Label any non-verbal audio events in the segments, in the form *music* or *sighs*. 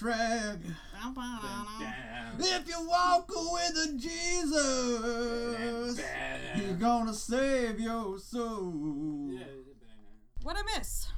track. If you walk with a Jesus, he's gonna save your soul. What I miss?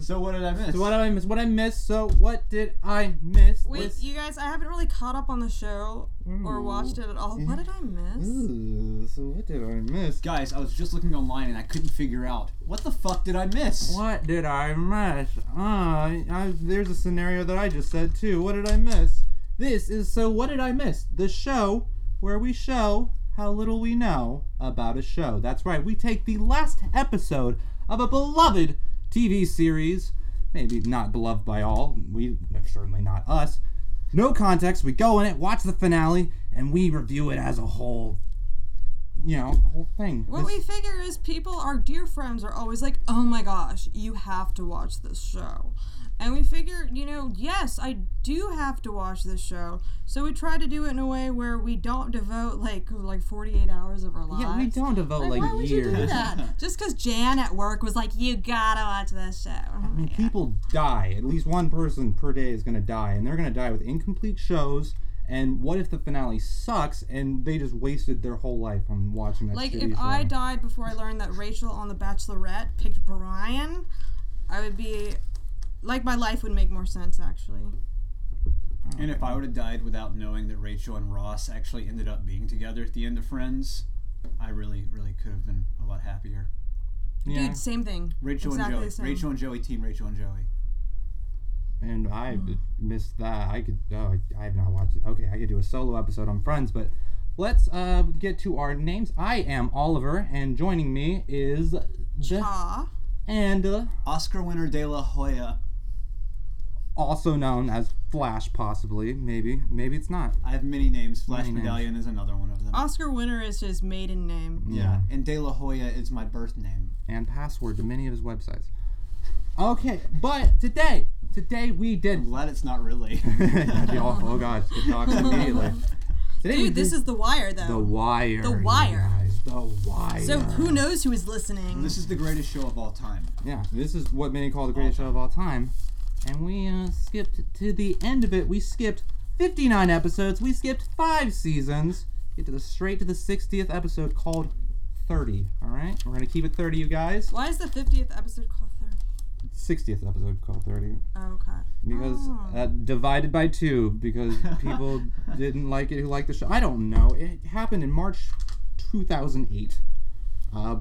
So what did I miss? So what did I miss? What I missed? So what did I miss? Wait, This- you guys, I haven't really caught up on the show or watched it at all. What did I miss? Ooh, so what did I miss? Guys, I was just looking online and I couldn't figure out what the fuck did I miss. What did I miss? Ah, I, I, there's a scenario that I just said too. What did I miss? This is so. What did I miss? The show where we show how little we know about a show. That's right. We take the last episode of a beloved TV series, maybe not beloved by all. We certainly not us. No context. We go in it, watch the finale, and we review it as a whole. You know, whole thing. What we figure is people, our dear friends, are always like, oh my gosh, you have to watch this show. And we figure, you know, yes, I do have to watch this show. So we try to do it in a way where we don't devote like like 48 hours of our lives. yeah, we don't devote like, Like, why would years. you do *laughs* that? Just because Jan at work was like, you gotta watch this show. I mean, people die. At least one person per day is going to die, and they're going to die with incomplete shows. And what if the finale sucks and they just wasted their whole life on watching that Like shitty if show? I died before I learned that Rachel on The Bachelorette picked Brian, I would be like my life would make more sense actually. And if I would have died without knowing that Rachel and Ross actually ended up being together at the end of Friends, I really, really could have been a lot happier. yeah. Dude, same thing. Rachel Exactly the and same. Joey. Rachel and Joey, team Rachel and Joey. and I Mm. missed that. I could. Oh, I, I have not watched it. Okay, I could do a solo episode on Friends, but let's uh, get to our names. I am Oliver, and joining me is the, Ah, and uh, Oscar winner De La Hoya. also known as Flash, possibly, maybe, maybe it's not. I have many names. Flash Many names. Ah. Medallion is another one of them. Oscar winner is his maiden name. yeah. And De La Hoya is my birth name. and password to many of his websites. Okay, but today, today we I'm did. glad it's not really. *laughs* That'd be awful. Oh god, it talks immediately. *laughs* *laughs* Today we Dude, this did is The Wire the though. wire. The you Wire. guys, the wire. so who knows who is listening? this is the greatest show of all time. yeah, this is what many call the greatest show of all time, and we uh, skipped to the end of it. We skipped 59 episodes. We skipped five seasons. Get to the straight to the 60th episode called 30. All right, we're gonna keep it 30, you guys. Why is the 50th episode called 30? 60th episode called 30. Oh, okay. because Oh. uh, divided by *laughs* two because people didn't like it who liked the show. I don't know. It happened in March 2008. Uh,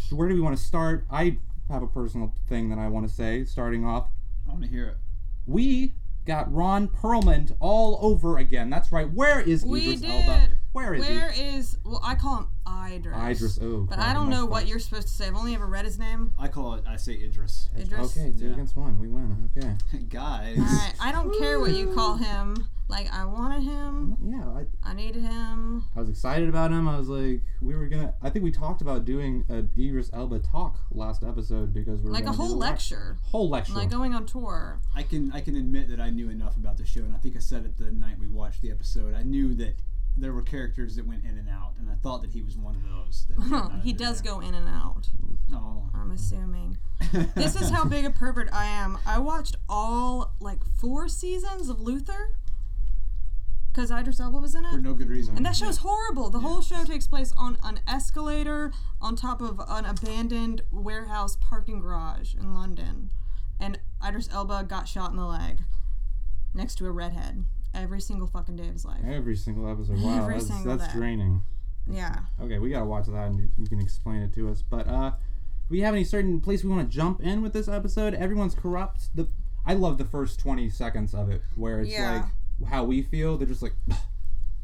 so where do we want to start? I have a personal thing that I want to say. Starting off, I want to hear it. we got Ron Perlman all over again. That's right. Where is We Idris did. Elba? Where is Where is well I call him Idris. he? Idris. Oh, But crap, I don't my know what fault. you're supposed to say. I've only ever read his name. I call it, I say Idris. *laughs* Idris. Okay, two Yeah. against one. We win. Okay. Guys. Alright, I don't care what you call him. Like I wanted him. Yeah, I, I needed him. I was excited about him. I was like, we were gonna. I think we talked about doing an Idris Elba talk last episode because we were Like a gonna do whole the lec- lecture. whole lecture. Like going on tour. *laughs* I can I can admit that I knew enough about the show, and I think I said it the night we watched the episode. I knew that there were characters that went in and out, and I thought that he was one of those. *laughs* That did Huh, not he do does that. go in and out, *laughs* Oh. I'm assuming. This is how big a pervert I am. I watched all like four seasons of Luther. Because Idris Elba was in *laughs* for it. no good reason. And that show's horrible. The whole show takes place on an escalator on top of an abandoned warehouse parking garage in London. And Idris Elba got shot in the leg next to a redhead every single fucking day of his life. every single episode. Wow, Every that's, single that's day. draining. Yeah. Okay, we gotta watch that, and you, you can explain it to us. But uh, do we have any certain place we want to jump in with this episode? Everyone's corrupt. The I love the first twenty seconds of it where it's Yeah. like how we feel. They're just like.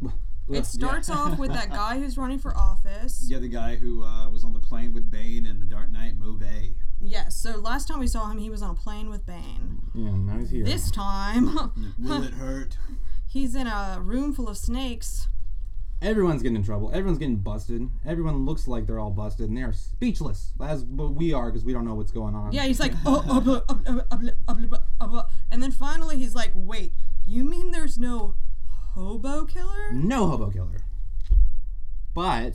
*sighs* It *laughs* starts off with that guy who's running for office. Yeah, the guy who uh, was on the plane with Bane and the Dark Knight, Mauvais. Yes. So last time we saw him, he was on a plane with Bane. Yeah, now he's here. This time, *laughs* Will *laughs* it hurt? he's in a room full of snakes. Everyone's getting in trouble. Everyone's getting busted. Everyone looks like they're all busted, and they're speechless. As but we are because we don't know what's going on. Yeah, he's like, *laughs* oh, oh, blah, oh, blah, oh, blah, oh, blah, oh, blah." and then finally he's like, wait, you mean there's no hobo killer? No hobo killer. But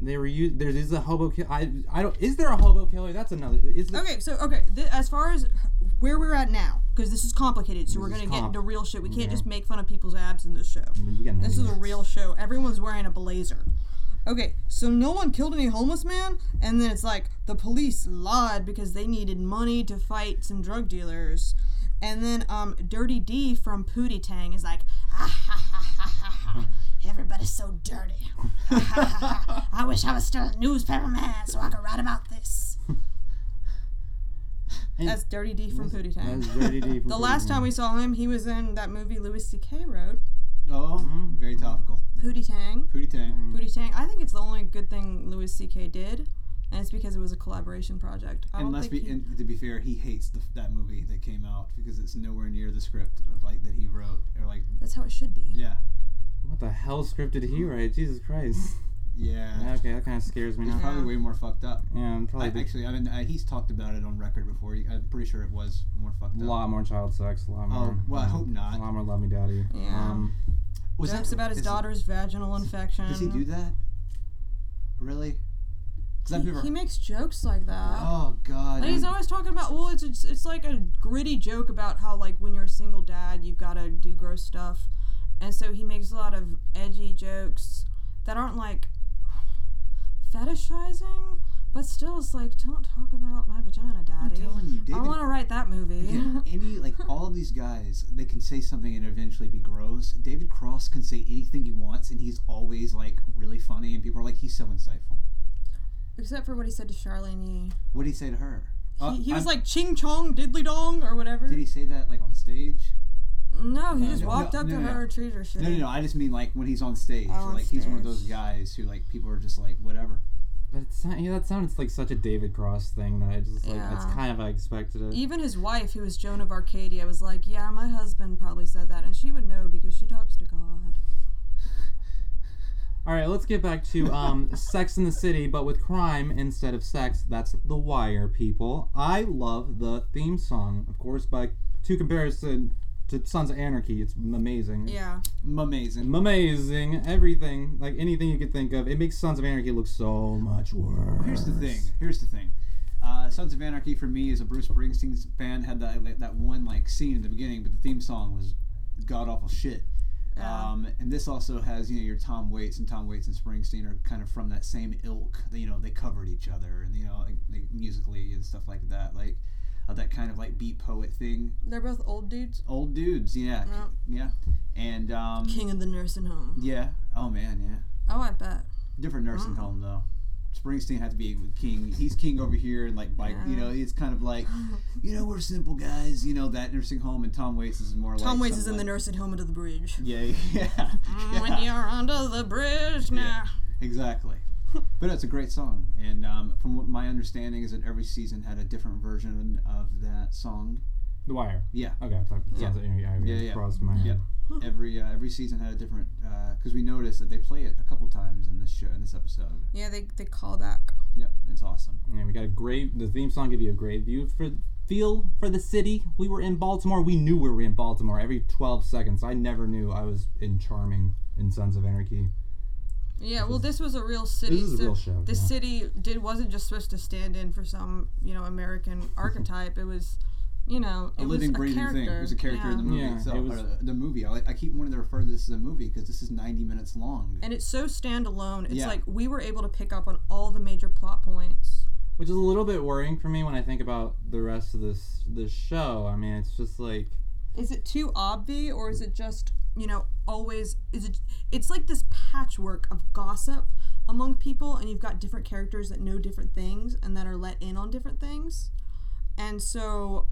They were u- there's is a hobo killer. I I don't. Is there a hobo killer? That's another. Is the- Okay, so okay, th- as far as where we're at now, because this is complicated, so we're is gonna get comp. into real shit. We can't just make fun of people's abs in this show. You got This is a nothing. real show. Everyone's wearing a blazer. Okay, so no one killed any homeless man, and then it's like the police lied because they needed money to fight some drug dealers, and then um, Dirty D from Pootie Tang is like, ah, ha, ha, ha, ha, ha. everybody's so dirty. Ha, ha, ha, ha. I wish I was still a newspaper man so I could write about this. And- That's Dirty D from Pootie Tang. That's Dirty D *laughs* from The last time we saw him, he was in that movie Louis C.K. wrote, Oh, Mm. very topical. Pootie Tang. Pootie Tang. Pootie Tang. I think it's the only good thing Louis C.K. did, and it's because it was a collaboration project. I And don't let's think be he- and to be fair, he hates the, that movie that came out because it's nowhere near the script of like that he wrote or like that's how it should be. yeah What the hell script did he write? Jesus Christ. yeah. Yeah, okay, that kind of scares me It's *laughs* now. probably way more fucked up. Yeah, I'm probably I, a actually, I mean, I, he's talked about it on record before. I'm pretty sure it was more fucked up. lot more child sex. A lot more. um, Oh, well, I hope A not. lot more love me, daddy. Yeah. Um, Was Jokes that- about his is- daughter's vaginal infection. Does he do that? Really? Because I've He, never. he makes jokes like that. oh God. Like he's I'm- always talking about well, it's, it's it's like a gritty joke about how like when you're a single dad, you've got to do gross stuff, and so he makes a lot of edgy jokes that aren't like fetishizing, but still it's like don't talk about my vagina, I'm daddy. telling you, I David. want to write that movie. *laughs* Again, any like all of these guys, they can say something and eventually be gross. David Cross can say anything he wants, and he's always like really funny, and people are like, he's so insightful. Except for what he said to Charlene Yee. What did he say to her? Uh, he, he was I'm- like ching chong diddly dong or whatever. Did he say that like on stage? no, he No, just no, walked no, up no, to no. her and treated her shitty. No, no, no. I just mean like when he's on stage. Oh, on like he's one of those stage. guys who like people are just like whatever. but it's not, yeah, that sounds like such a David Cross thing that I just like. That's Yeah. kind of I expected it. Even his wife, who was Joan of Arcadia, was like, "Yeah, my husband probably said that, and she would know because she talks to God." All right, let's get back to um, *laughs* Sex in the City, but with crime instead of sex. That's The Wire, people. I love the theme song, of course, by to comparison to Sons of Anarchy. It's amazing. Yeah, Amazing. Amazing. Everything, like anything you could think of. It makes Sons of Anarchy look so much worse. Here's the thing. Here's the thing. Uh, Sons of Anarchy for me is a Bruce Springsteen fan. Had that like, that one like scene in the beginning, but the theme song was god awful shit. Yeah. Um, and this also has you know your Tom Waits and Tom Waits and Springsteen are kind of from that same ilk. They, you know they covered each other and you know like, they, musically and stuff like that. Like uh, that kind of like beat poet thing. they're both old dudes. Old dudes, yeah, Yeah. yeah. And um, King of the nursing home. yeah. Oh man, yeah. Oh, I bet. Different nursing Oh. home though. Springsteen had to be with king. He's king over here, and like bike. You know, it's kind of *laughs* like, you know, we're simple guys. You know that nursing home, and Tom Waits is more like Tom Waits some, is in the like- nursing home under the bridge. Yeah, yeah, *laughs* When yeah, you're under the bridge now. *laughs* *laughs* exactly. But it's a great song, and um, from what my understanding is that every season had a different version of that song. The Wire. Yeah, Okay, I thought Sons of Anarchy. I Yeah, yeah. crossed my head. Yeah. every uh, every season had a different because we noticed that they play it a couple times in this show in this episode. Yeah, they they call back. Yep, it's awesome. Yeah, we got a great. The theme song give you a great view for feel for the city. We were in Baltimore. We knew we were in Baltimore every 12 seconds. I never knew I was in Charming in Sons of Anarchy. Yeah, well, this was a real city. This is a real show, The yeah. city did wasn't just supposed to stand in for some you know *laughs* American archetype. It was, you know, it a living, was breathing a character. thing. It was a character yeah. in the movie Yeah, itself. it was- or the movie. I, I keep wanting to refer to this as a movie because this is 90 minutes long. And it's so standalone. It's Yeah. like we were able to pick up on all the major plot points. which is a little bit worrying for me when I think about the rest of this this show. I mean, it's just like Is it too obvi, or is it just you know always? Is it? It's like this patchwork of gossip among people, and you've got different characters that know different things and that are let in on different things, and so.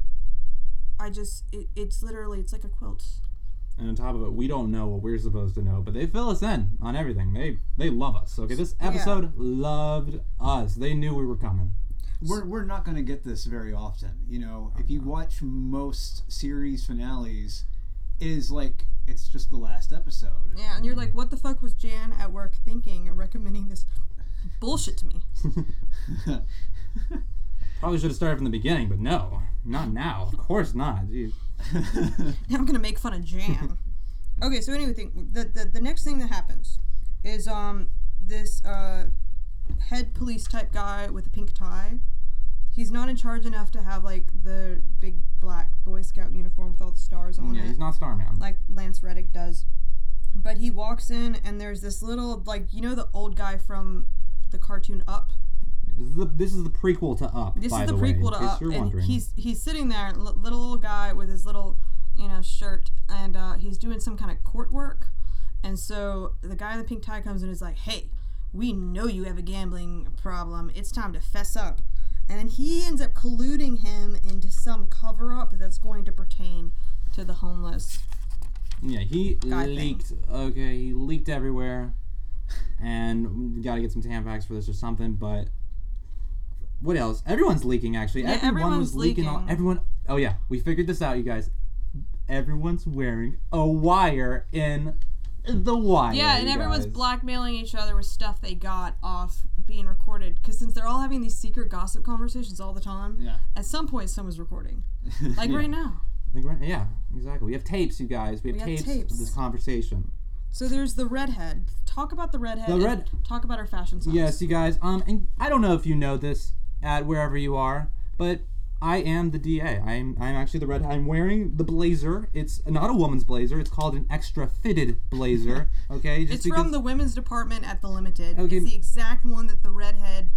I just, it, it's literally, it's like a quilt. and on top of it, we don't know what we're supposed to know, but they fill us in on everything. They they love us. Okay, this episode loved us. They knew we were coming. we're, we're not going to get this very often. You know, if you watch most series finales, it is like it's just the last episode. Yeah, and you're like, what the fuck was Jan at work thinking and recommending this bullshit to me? *laughs* Probably should have started from the beginning, but no, not now. Of course not. Jeez. Now *laughs* I'm gonna make fun of *laughs* Jam. okay, so anyway, thing- the, the the next thing that happens is um this uh head police type guy with a pink tie. He's not in charge enough to have like the big black Boy Scout uniform with all the stars on Yeah, it he's not Starman. like Lance Reddick does. But he walks in, and there's this little, like, you know, the old guy from the cartoon Up. This is the, this is the prequel to Up. This by is the, way, prequel in to case Up, You're and wondering. he's he's sitting there, l- little old guy with his little, you know, shirt, and uh, he's doing some kind of court work. And so the guy in the pink tie comes in and is like, "Hey, we know you have a gambling problem. It's time to fess up." And then he ends up colluding him into some cover up that's going to pertain to the homeless. Yeah, he Guy thing. leaked. Okay, he leaked everywhere, and we got to get some Tampax for this or something. But what else? Everyone's leaking. Actually, Yeah, everyone was everyone's leaking. all- leaking. everyone. Oh yeah, we figured this out, you guys. Everyone's wearing a wire in the wire. Yeah, and you everyone's guys. blackmailing each other with stuff they got off being recorded. Because since they're all having these secret gossip conversations all the time, Yeah. at some point someone's recording. Like right now. Like, right- yeah, exactly. We have tapes, you guys. We have, We have tapes, tapes. of this conversation. So there's the redhead. Talk about the redhead. The and red- Talk about our fashion sense. Yes, you guys. Um, and I don't know if you know this at wherever you are, but I am the DA. I'm I'm actually the red. I'm wearing the blazer. It's not a woman's blazer. It's called an extra fitted *laughs* blazer. Okay, just It's because from the women's department at the Limited. Okay. It's the exact one that the redhead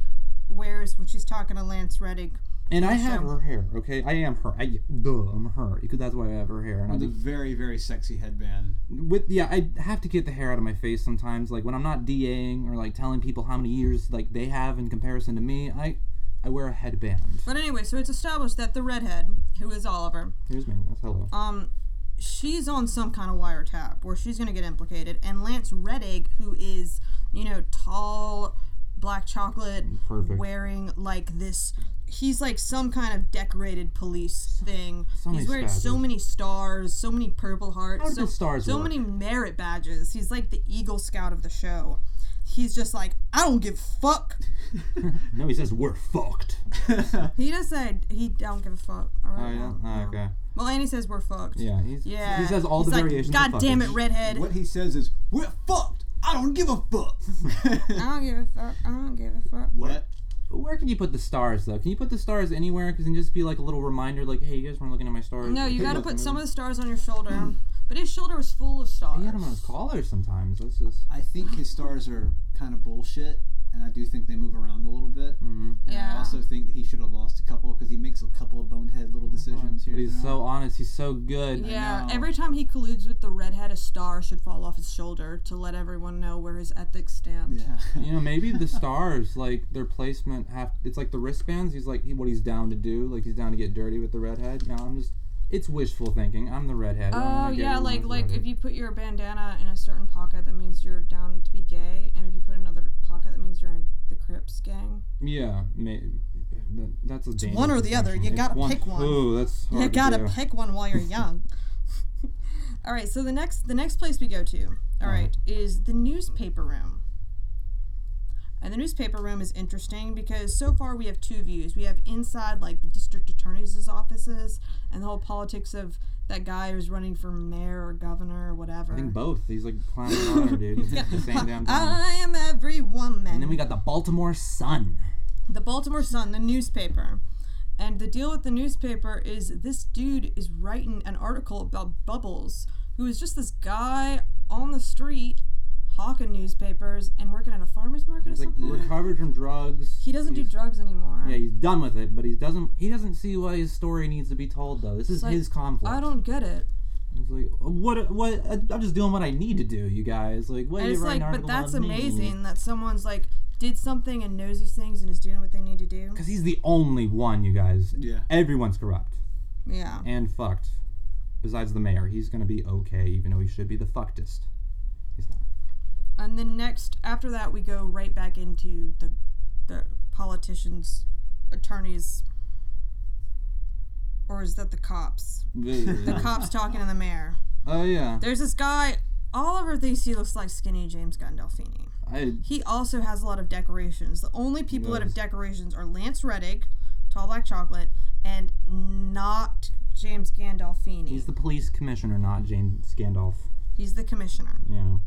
wears when she's talking to Lance Reddick. and I have show. her hair. Okay, I am her. I duh, I'm her. Because that's why I have her hair. And I Mm-hmm. With a very, very sexy *laughs* headband. with yeah, I have to get the hair out of my face sometimes. Like when I'm not DAing or like telling people how many years like they have in comparison to me, I I wear a headband. But anyway, so it's established that the redhead, who is Oliver, Here's me. Yes, hello. um, she's on some kind of wiretap where she's going to get implicated. And Lance Reddig, who is, you know, tall, black chocolate, Perfect. wearing like this. He's like some kind of decorated police thing. so he's many wearing so stars. many stars, so many purple hearts, How do so, the stars so work? many merit badges. He's like the Eagle Scout of the show. He's just like, I don't give a fuck. No, he says we're fucked. He just said he don't give a fuck. All Oh, right. yeah? well, Oh, yeah. Ah, okay. Well, and he says we're fucked. Yeah, he's, Yeah. he says all He's the like, variations. God of damn it, fucking- redhead. What he says is, "We're fucked. I don't give a *laughs* fuck." I don't give a fuck. I don't give a fuck. what? Where can you put the stars though? Can you put the stars anywhere? Because then just be like a little reminder, like, hey, you guys weren't looking at my stars. No, *laughs* you Hey, gotta look, put maybe- some of the stars on your shoulder. But his shoulder was full of stars. He had them on his collars sometimes. This is. I think his stars are kind of bullshit, and I do think they move around a little bit. Mm-hmm. And I Yeah. also think that he should have lost a couple because he makes a couple of bonehead little decisions here. But he's and there. so honest. He's so good. Yeah, know. every time he colludes with the redhead, a star should fall off his shoulder to let everyone know where his ethics stand. yeah. *laughs* You know, maybe *laughs* the stars, like their placement, have it's like the wristbands. He's like he, what he's down to do. Like he's down to get dirty with the redhead. No, I'm just. It's wishful thinking. I'm the redhead. I Oh wanna get yeah, everyone like as like redhead. if you put your bandana in a certain pocket, that means you're down to be gay, and if you put another pocket, that means you're in the Crips gang. Yeah, may, that, that's a dangerous one or the other. distinction. You It's gotta pick one. Ooh, that's hard You to gotta do. pick one while you're *laughs* young. All right, so the next the next place we go to, Uh-huh. all right, is the newspaper room. And the newspaper room is interesting because so far we have two views. We have inside like the district attorney's offices and the whole politics of that guy who's running for mayor or governor or whatever. I think both. He's like climbing on her, dude. He's the *laughs* same damn thing. I am every woman. And then we got the Baltimore Sun. the Baltimore Sun, the newspaper. And the deal with the newspaper is this dude is writing an article about Bubbles, who is just this guy on the street hawking newspapers and working at a farmer's market or He's like something. recovered from drugs. he doesn't do He's- drugs anymore. Yeah, he's done with it, but he doesn't. He doesn't see why his story needs to be told though. This is like, his conflict. I don't get it. It's like what? What? I'm just doing what I need to do, you guys. Like, what? And you it's like, writing but that's amazing Because that someone's like did something and knows these things and is doing what they need to do. he's the only one, you guys. *laughs* Yeah. Everyone's corrupt. Yeah. and fucked. Besides the mayor, he's gonna be okay, even though he should be the fuckedest. He's not. And then next, after that, we go right back into the the politicians, attorneys, or is that the cops? *laughs* The cops talking to the mayor. *laughs* Oh yeah, There's this guy. Oliver thinks he looks like skinny James Gandolfini. I He also has a lot of decorations. The only people that have Yes. decorations are Lance Reddick, Tall Black Chocolate, and not James Gandolfini. he's the police commissioner, not James Gandalf. He's the commissioner. Yeah,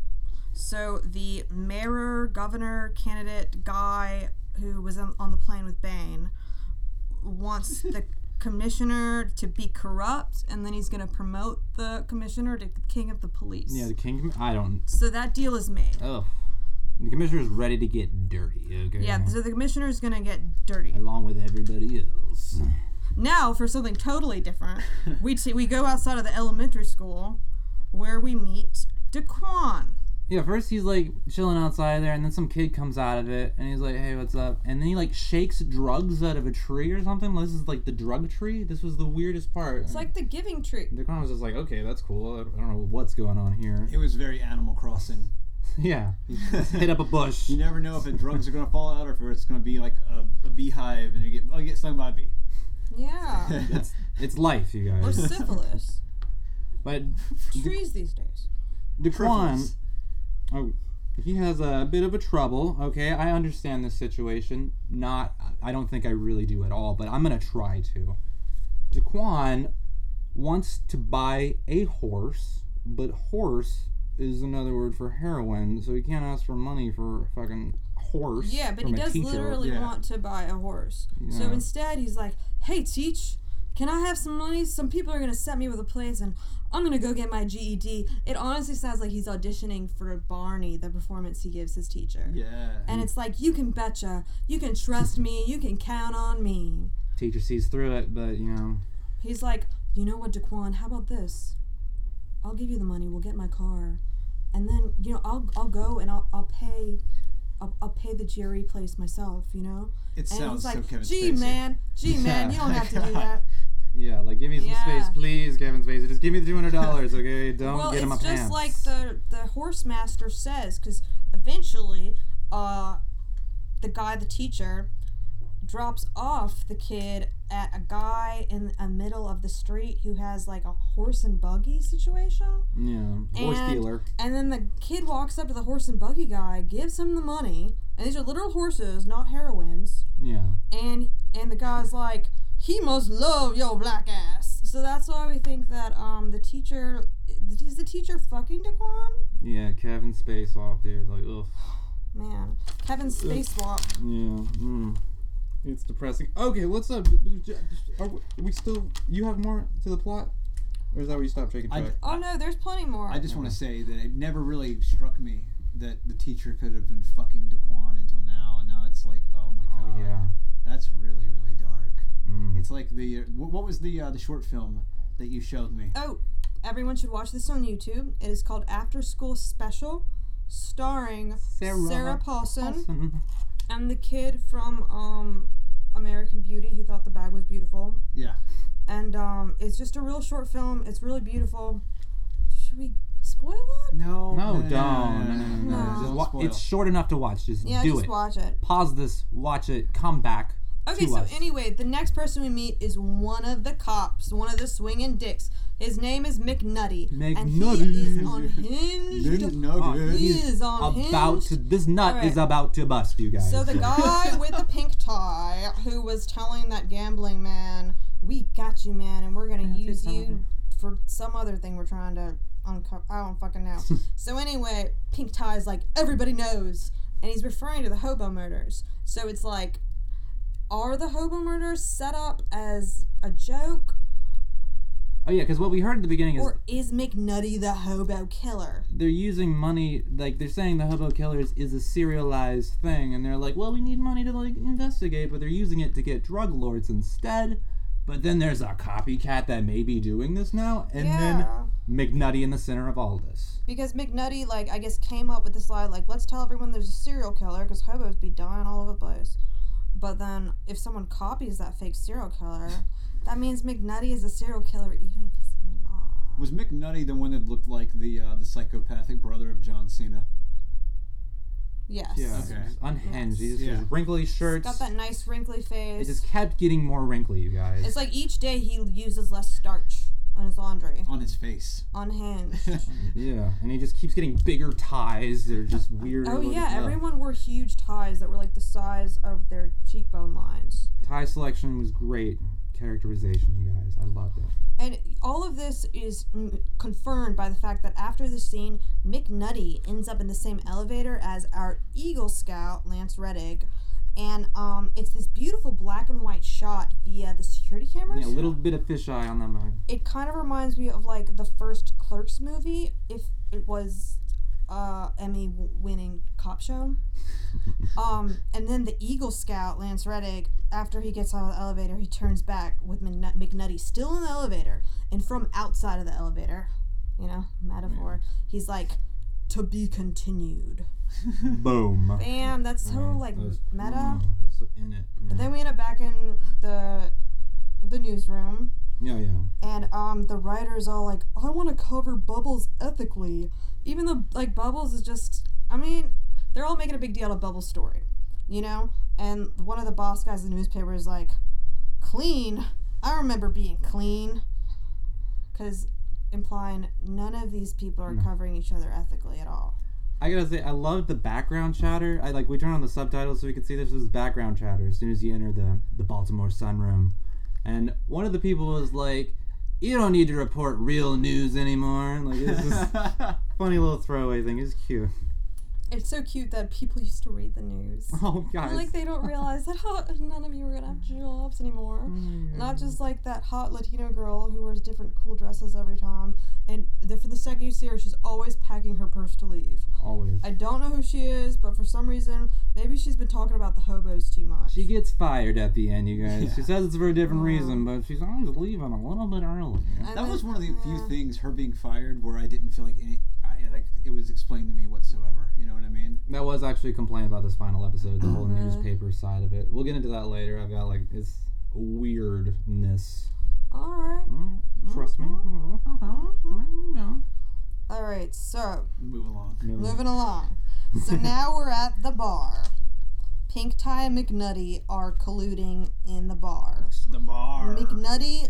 So the mayor, governor, candidate guy who was on, on the plane with Bane *laughs* wants the commissioner to be corrupt, and then he's going to promote the commissioner to king of the police. Yeah, the king. I don't. So that deal is made. Oh, the commissioner's ready to get dirty. Okay. Yeah, so the commissioner is going to get dirty. Along with everybody else. Now, for something totally *laughs* different, we t- we go outside of the elementary school where we meet Daquan. Yeah, first he's like chilling outside there, and then some kid comes out of it, and he's like, "Hey, what's up?" And then he like shakes drugs out of a tree or something. This is like the drug tree. This was the weirdest part. It's like the giving tree. the clown was just like, "Okay, that's cool. I I don't know what's going on here." *laughs* It was very Animal Crossing. yeah, *laughs* hit up a bush. *laughs* You never know if the drugs are gonna fall out or if it's gonna be like a, a beehive and you get oh you get stung by a bee. *laughs* Yeah. *laughs* It's it's life, you or guys. syphilis. But Trees these days. Daquan, oh, he has a bit of a trouble. Okay, I understand this situation. Not, I don't think I really do at all, but I'm gonna try to. Daquan wants to buy a horse, but horse is another word for heroin, so he can't ask for money for a fucking horse. Yeah, but from he a does teacher. literally yeah. want to buy a horse. So Yeah. instead, he's like, "Hey, teach, can I have some money? Some people are gonna set me with a place, and I'm gonna go get my GED." It honestly sounds like he's auditioning for Barney, the performance he gives his teacher. Yeah. And it's like, you can betcha, you can trust me, you can count on me. Teacher sees through it, but you know. He's like, you know what, Daquan? How about this? I'll give you the money. We'll get my car, and then you know, I'll I'll go and I'll I'll pay, I'll, I'll pay the Jerry place myself. You know. it And sounds he's like, so Kevin gee Spacey. man, gee man, you don't *laughs* have to do that. Yeah, like give me some Yeah. space, please, Kevin Spacey. Just give me the two hundred dollars, okay? Don't well, get it's in my just pants. like the the horse master says, because eventually, uh, the guy, the teacher, drops off the kid at a guy in the middle of the street who has like a horse and buggy situation. yeah horse And- dealer. And then the kid walks up to the horse and buggy guy, gives him the money, and these are literal horses, not heroines. Yeah. And and the guy's like, he must love your black ass. So that's why we think that um the teacher is the teacher fucking Daquan. Yeah, Kevin Space off, dude. Like, ugh. Man, Kevin Spacewalk. Yeah. Mm. It's depressing. Okay, what's up? Are we- are we still? You have more to the plot, or is that where you stopped taking I- track? Oh no, there's plenty more. I just want to say that it never really struck me that the teacher could have been fucking Daquan until now, and now it's like, oh my god, Oh yeah. that's really really dark. Mm. It's like the wh- what was the uh, the short film that you showed me? oh, everyone should watch this on YouTube. It is called After School Special, starring Sarah Sarah, Paulson. Awesome. and the kid from um American Beauty who thought the bag was beautiful. Yeah. And um it's just a real short film. It's really beautiful. Should we spoil it? No, No, no, don't. No, no, no, no, No. Just Don't wa- spoil. it's short enough to watch. Just Yeah, do just it. watch it. Pause this. Watch it. Come back. Okay, to so us. anyway, the next person we meet is one of the cops, one of the swinging dicks. His name is McNutty, and he McNutty. is *laughs* unhinged. No, Oh, dude. He he's is unhinged. about to. This nut All right. is about to bust, you guys. So the guy with the pink tie who was telling that gambling man, "We got you, man, and we're gonna Fancy use you time. for some other thing we're trying to uncover." I don't fucking *laughs* know. so anyway, pink tie is like everybody knows, and he's referring to the hobo murders. So it's like, are the hobo murders set up as a joke, Oh yeah, because what we heard at the beginning is or is McNutty the hobo killer? they're using money like they're saying the hobo killers is a serialized thing and they're like well we need money to like investigate but they're using it to get drug lords instead but then there's a copycat that may be doing this now and yeah. then mcnutty in the center of all this because McNutty, like, I guess came up with this lie, like, let's tell everyone there's a serial killer because hobos be dying all over the place. But then, if someone copies that fake serial killer, that means McNutty is a serial killer, even if he's not. Was McNutty the one that looked like the uh, the psychopathic brother of John Cena? Yes. Okay. Just Yes. unhinged He's just Yeah. his wrinkly shirts Got that nice wrinkly it face. just kept getting more wrinkly you guys It's like each day he uses less starch on his laundry. On his face. *laughs* Unhinged. yeah and he just keeps getting bigger ties they're just weird Oh looking- yeah, Ugh. everyone wore huge ties that were like the size of their cheekbone lines. tie selection was great characterization, you guys. I love that. And all of this is mm, confirmed by the fact that after the scene, McNutty ends up in the same elevator as our Eagle Scout, Lance Reddick. And um, it's this beautiful black and white shot via the security cameras. Yeah, a little bit of fisheye on that mug. It kind of reminds me of like the first Clerks movie, if it was uh, Emmy w- winning cop show. um, and then the Eagle Scout, Lance Reddick, after he gets out of the elevator, he turns back with McNu- McNutty still in the elevator. And from outside of the elevator, you know, metaphor, he's like, to be continued. Boom. Bam, that's so Mm, like that's- meta. mm, that's in it. But Yeah. then we end up back in the the newsroom, yeah, yeah. and um, the writer's all like, "I want to cover Bubbles ethically," even though like Bubbles is just, I mean, they're all making a big deal out of Bubbles' story, you know. And one of the boss guys in the newspaper is like, "Clean." I remember being clean, because implying none of these people are No. covering each other ethically at all. I gotta say, I loved the background chatter. I like we turned on the subtitles so we could see this was background chatter as soon as you enter the the Baltimore sunroom, and one of the people was like, "You don't need to report real news anymore." Like it's *laughs* just funny little throwaway thing. It's cute. *laughs* It's so cute that people used to read the news. Oh guys. Like they don't realize that none of you are gonna have jobs anymore. Oh, my God. Not just like that hot Latino girl who wears different cool dresses every time. And the, for the second you see her, she's always packing her purse to leave. always. I don't know who she is, but for some reason, maybe she's been talking about the hobos too much. She gets fired at the end, you guys. Yeah. She says it's for a different Wow. reason, but she's always leaving a little bit early. And that then- was one of the yeah. few things her being fired where I didn't feel like any, I, like it was explained to me whatsoever. You know what I mean? That was actually a complaint about this final episode, the whole Really? newspaper side of it. We'll get into that later. I've got like it's weirdness. All right. Mm, Mm-hmm. Trust me. Mm-hmm. All right. So Move along. Mm-hmm. moving along. *laughs* So *laughs* now we're at the bar. Pink Tie and McNutty are colluding in the bar. The bar. McNutty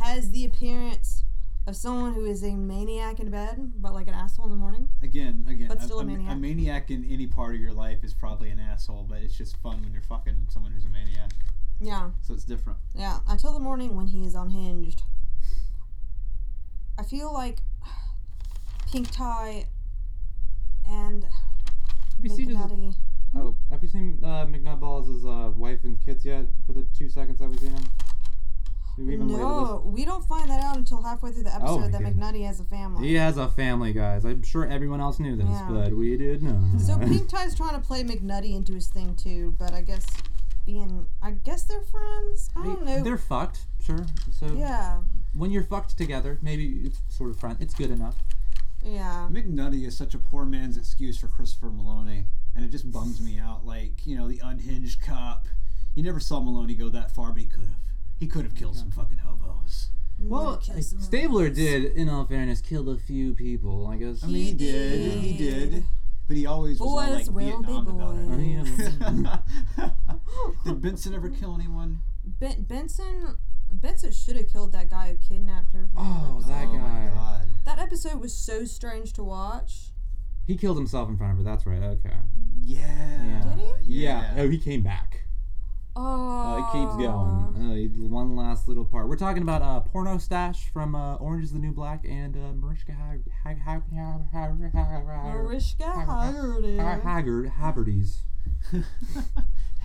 has the appearance of someone who is a maniac in bed, but like an asshole in the morning. Again, again. But still a A maniac. maniac in any part of your life is probably an asshole, but it's just fun when you're fucking someone who's a maniac. Yeah, So it's different. yeah. Until the morning when he is unhinged. I feel like Pink Tie and Have you seen his, McNutty. oh, have you seen uh, McNutt Balls' uh, wife and kids yet? For the two seconds that we've seen him, Did we even label this? No, we don't find that out until halfway through the episode my that goodness. McNutty has a family. He has a family, guys. I'm sure everyone else knew this, Yeah. but we did not. So *laughs* Pink Tie's trying to play McNutty into his thing too, but I guess being, I guess they're friends. I I mean, don't know. They're fucked, sure. So yeah, when you're fucked together, maybe it's sort of friend. It's good enough. yeah. McNutty is such a poor man's excuse for Christopher Maloney, and it just bums me out. Like, you know, the unhinged cop. You never saw Maloney go that far, but he could have. He could Oh have killed some fucking hobos. Well, kill some Stabler did, in all fairness, kill a few people. I guess. I mean, he did. He did. But he always was all, Boys like will be Vietnam *laughs* about it. *laughs* Did Benson ever kill anyone? Ben- Benson Benson should have killed that guy who kidnapped her. from the oh, first- that oh guy. my god. that episode was so strange to watch. He killed himself in front of her. That's right. Okay. Yeah. Did Yeah. Oh, he came back. Oh, Oh, it keeps going. Uh, he- one last little part. We're talking about uh, porno stash from uh, Orange Is the New Black and uh, Mariska Hag- Hag- Hag- Hag- Hag- Hag- Mariska Hag- Hargitay. Haggard Haverty's. *laughs*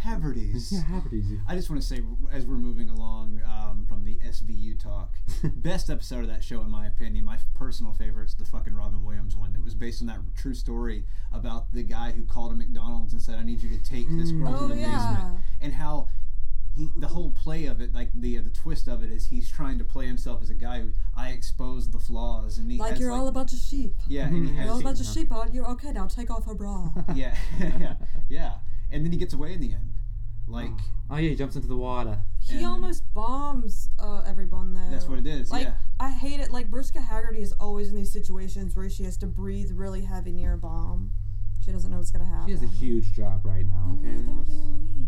Haverty's. Yeah, Haverty's. I just want to say, as we're moving along um, from the SVU talk, best episode of that show, in my opinion, my personal favorite is the fucking Robin Williams one that was based on that true story about the guy who called a McDonald's and said, "I need you to take this girl Oh, to the yeah. basement," and how. He, the whole play of it, like the uh, the twist of it, is he's trying to play himself as a guy who I exposed the flaws, and he Like has, you're like, all a bunch of sheep. yeah, and he You're has All a bunch of sheep, aren't you? Okay, now take off her *laughs* bra. *laughs* yeah, *laughs* yeah, yeah, and then he gets away in the end, like Oh yeah, he jumps into the water. He And- almost bombs uh, everyone though. that's what it is, Like yeah. I hate it. Like Briska Haggerty is always in these situations where she has to breathe really heavy near a bomb. She doesn't know what's gonna happen. She has a huge job right now. Okay, Neither Let's- do we.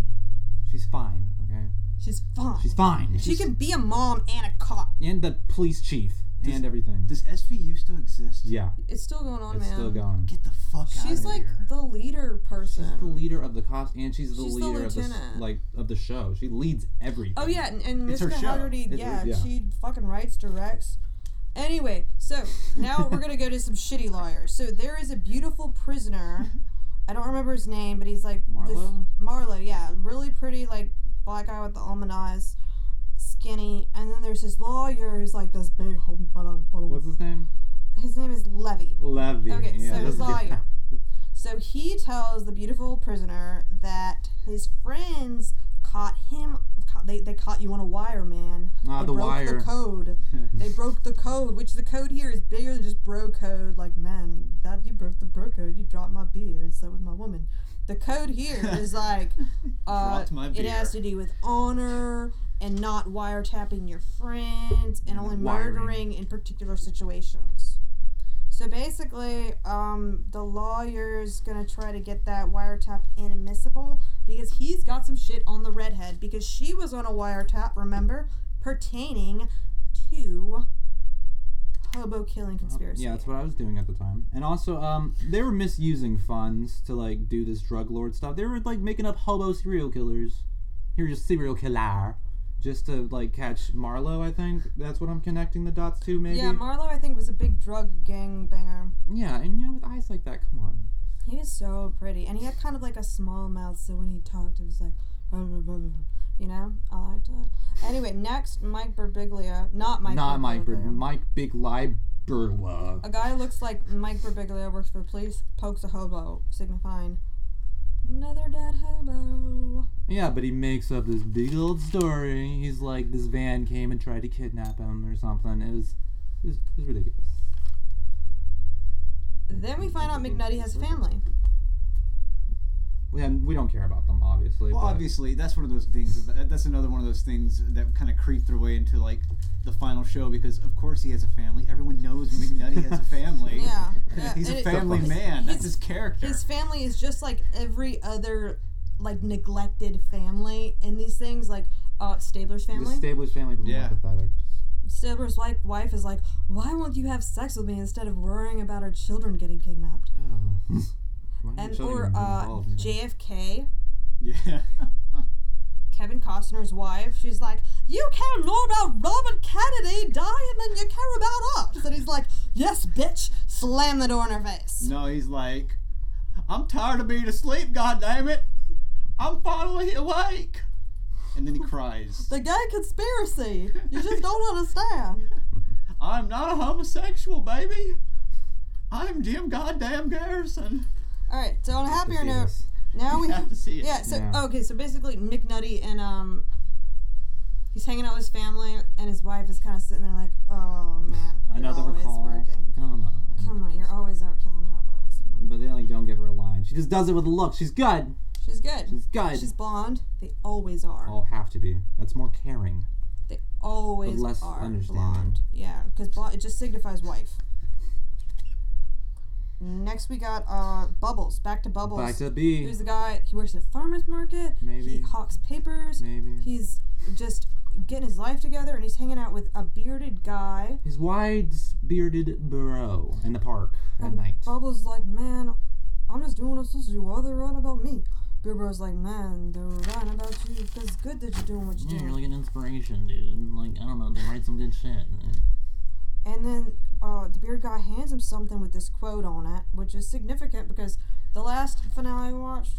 she's fine. Okay, She's fine. she's fine. She can be a mom and a cop. and the police chief Does- and everything. Does SVU still exist? yeah, It's still going Oh, on, it's man. still going. Get the fuck out She's of like here. the leader person. She's the leader of the cost, and she's the She's the leader of the s- lieutenant. like of the show. She leads everything. Oh yeah, and, and It's her Mr. show. Haggerty. It- yeah, yeah. she fucking writes, directs. Anyway, so now we're gonna go to some shitty lawyers. So there is a beautiful *laughs* prisoner. I don't remember his name, but he's like this- Marlo? Marlo, yeah, really pretty, like black guy with the almond eyes, skinny. And then there's his lawyer who's like this big. hum, ba-dum, ba-dum. What's his name? His name is Levy. Levy. Okay, yeah, so that's a good- liar. *laughs* So he tells the beautiful prisoner that his friends caught him. ca- They, they caught you on a wire, man. Ah, they the broke wire. the code. they broke the code, which the code here is bigger than just bro code. Like, man, that you broke the bro code. You dropped my beer and slept with my woman. The code here is like, uh, Dropped my it has to beer. do with honor and not wiretapping your friends and only Wiring. murdering in particular situations. So basically, um, the lawyer's gonna try to get that wiretap inadmissible because he's got some shit on the redhead because she was on a wiretap, remember, pertaining to hobo killing conspiracy. Yeah, that's what I was doing at the time. And also, um, they were misusing funds to like do this drug lord stuff. They were like making up hobo serial killers. Here, just serial killer, just to like catch Marlowe. I think that's what I'm connecting the dots to. Maybe. yeah, Marlo I think was a big drug gang banger. yeah, and you know, with eyes like that, come on. He was so pretty, and he had kind of like a small mouth, so when he talked, it was like, you know, I liked it. Anyway, next, Mike Birbiglia, not Mike. Not Mike. Bur- Birbiglia. Mike Big Liberwa. A guy looks like Mike Birbiglia works for the police, pokes a hobo, signifying another dead hobo. Yeah, but he makes up this big old story. He's like, this van came and tried to kidnap him or something. It was, it was, it was ridiculous. Then we find out McNutty has a family. We, had, we don't care about them, obviously. Well, but- obviously, that's one of those things. That, that's another one of those things that kind of creep their way into like the final show because, of course, he has a family. Everyone knows McNutty *laughs* has a family. *laughs* Yeah, yeah, he's and a it- family his- man. That's his his- character. His family is just like every other, like neglected family in these things, like uh, Stabler's The family. Stabler's family, but Yeah. more pathetic. Stabler's like wife is like, why won't you have sex with me instead of worrying about our children getting kidnapped? *laughs* And Just, oh. or uh, JFK, *laughs* yeah. Kevin Costner's wife, she's like, you care more about Robert Kennedy dying than you care about us. And he's like, yes, bitch, slam the door in her face. no, he's like, I'm tired of being asleep. God damn it! I'm finally awake. And then he cries. The gay conspiracy. You just don't understand. I'm not a homosexual, baby. I'm Jim Goddamn Garrison. All right, so on a happier note, *laughs* now we You have to see it. Yeah, so Yeah. okay, so basically McNutty and um he's hanging out with his family and his wife is kinda sitting there like, Oh *laughs* man, you're Another always recall. working. Come on. Come on, you're always out killing hobos. But they like don't give her a line. She just does it with a look. She's good. She's good. She's good. She's blonde. They always are. oh, have to be. That's more caring. They always less are understanding. blonde. Yeah, because blonde it just signifies wife. Next we got uh Bubbles. Back to Bubbles. Back to B. Who's the guy? He works at a farmer's market. He Maybe. hawks papers. Maybe. He's just getting his life together and he's hanging out with a bearded guy. His wide bearded burrow in the park at And night. Bubbles like, man, I'm just doing what I'm supposed to do. Why are they writing about me? Beard Bro's like, man, they're writing about you. That's good that you're doing what you're Yeah, doing. you're like an inspiration, dude. Like, I don't know, they write some good *laughs* shit. And then uh, the beard guy hands him something with this quote on it, which is significant because the last finale I watched,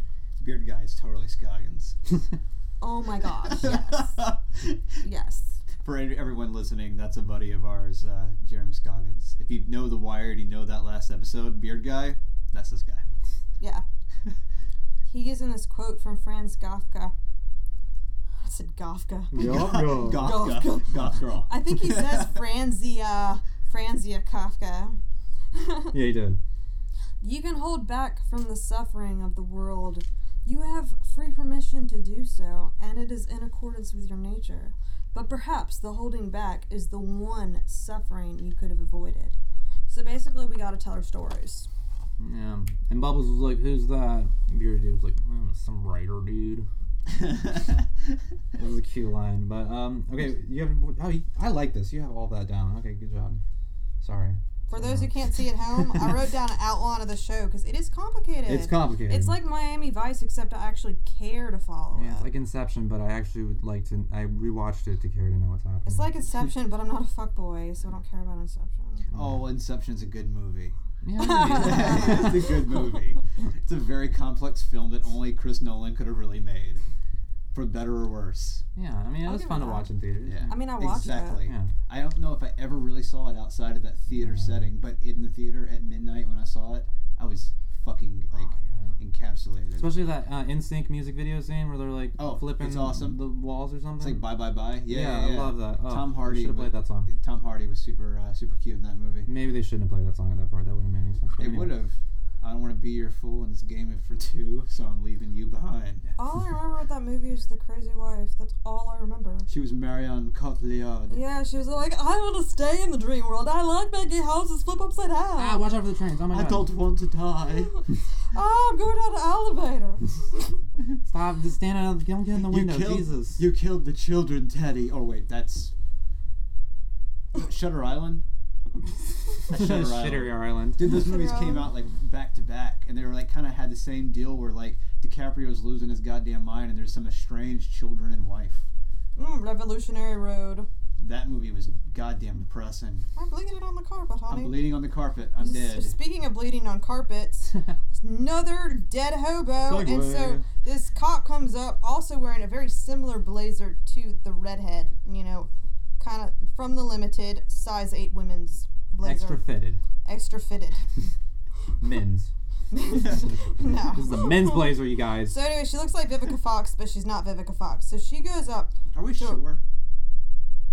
Beard guy is totally Scoggins. oh *laughs* my gosh, *laughs* yes, yes. For any- everyone listening, that's a buddy of ours, uh, Jeremy Scoggins. If you know The Wired, you know that last episode, Beard Guy, that's this guy. Yeah. he gives him this quote from Franz Kafka. I said Kafka. Goth, Goth girl. Goth girl. I think *laughs* he says Franzia, Franzia Kafka. *laughs* yeah, he did. you can hold back from the suffering of the world. You have free permission to do so, and it is in accordance with your nature. But perhaps the holding back is the one suffering you could have avoided. So basically, we gotta tell our stories. Yeah. And Bubbles was like, "Who's that?" Bearded dude was like, "Mm, "Some writer dude." That was a cute line, but um, okay, you have. Oh, he, I like this. You have all that down. Okay, good job. Sorry. For those who can't see at home, I wrote down an outline of the show because it is complicated. It's complicated. It's like Miami Vice, except I actually care to follow yeah, it. it's like Inception, but I actually would like to. I rewatched it to care to know what's happening. It's like Inception, but I'm not a fuckboy, so I don't care about Inception. Oh, Inception's a good movie. *laughs* *laughs* Yeah. it's a good movie. It's a very complex film that only Chris Nolan could have really made, for better or worse. yeah, I mean, it I'll was give fun it to that. watch in theaters. Yeah. I mean, I watched exactly. it. Yeah. I don't know if I ever really saw it outside of that theater setting, but in the theater at midnight when I saw it, I was fucking like Oh, yeah. encapsulated. Especially that uh, NSYNC music video scene where they're like Oh, it's flipping awesome. the walls or something. it's like bye bye bye. Yeah, yeah, I love that. Oh, Tom they Hardy should have would- played that song. Tom Hardy was super uh, super cute in that movie. Maybe they shouldn't have played that song at that part. That wouldn't have made any sense. but It anyway. would have. I don't want to be your fool in this game for two, so I'm leaving you behind. All I remember with that movie is the crazy wife. That's all I remember. She was Marion Cotillard. Yeah, she was like, I want to stay in the dream world. I like making houses flip upside down. Ah, watch out for the trains. Oh my god. want to die. Ah, I'm going down the elevator. *laughs* Stop. Just stand out. Don't get *laughs* in the window. Jesus. *laughs* You killed the children, Teddy. Oh wait, that's Shutter Island. That's Shutter Island. Shittery Island. *laughs* Dude, those movies Shutter came Island. out like back to back, and they were like kind of had the same deal where like DiCaprio's losing his goddamn mind, and there's some estranged children and wife. Mm, Revolutionary Road. That movie was goddamn depressing. I bleeded on the carpet, honey. I'm bleeding on the carpet. I'm S- dead. Speaking of bleeding on carpets, another dead hobo, and so Segway. this cop comes up, also wearing a very similar blazer to the redhead. You know, kind of from the limited size eight women's Extra blazer, fitted. extra, fitted. *laughs* *laughs* Men's. no. This is a men's blazer, you guys. So anyway, she looks like Vivica Fox, but she's not Vivica Fox. So she goes up. Are we sure? *laughs*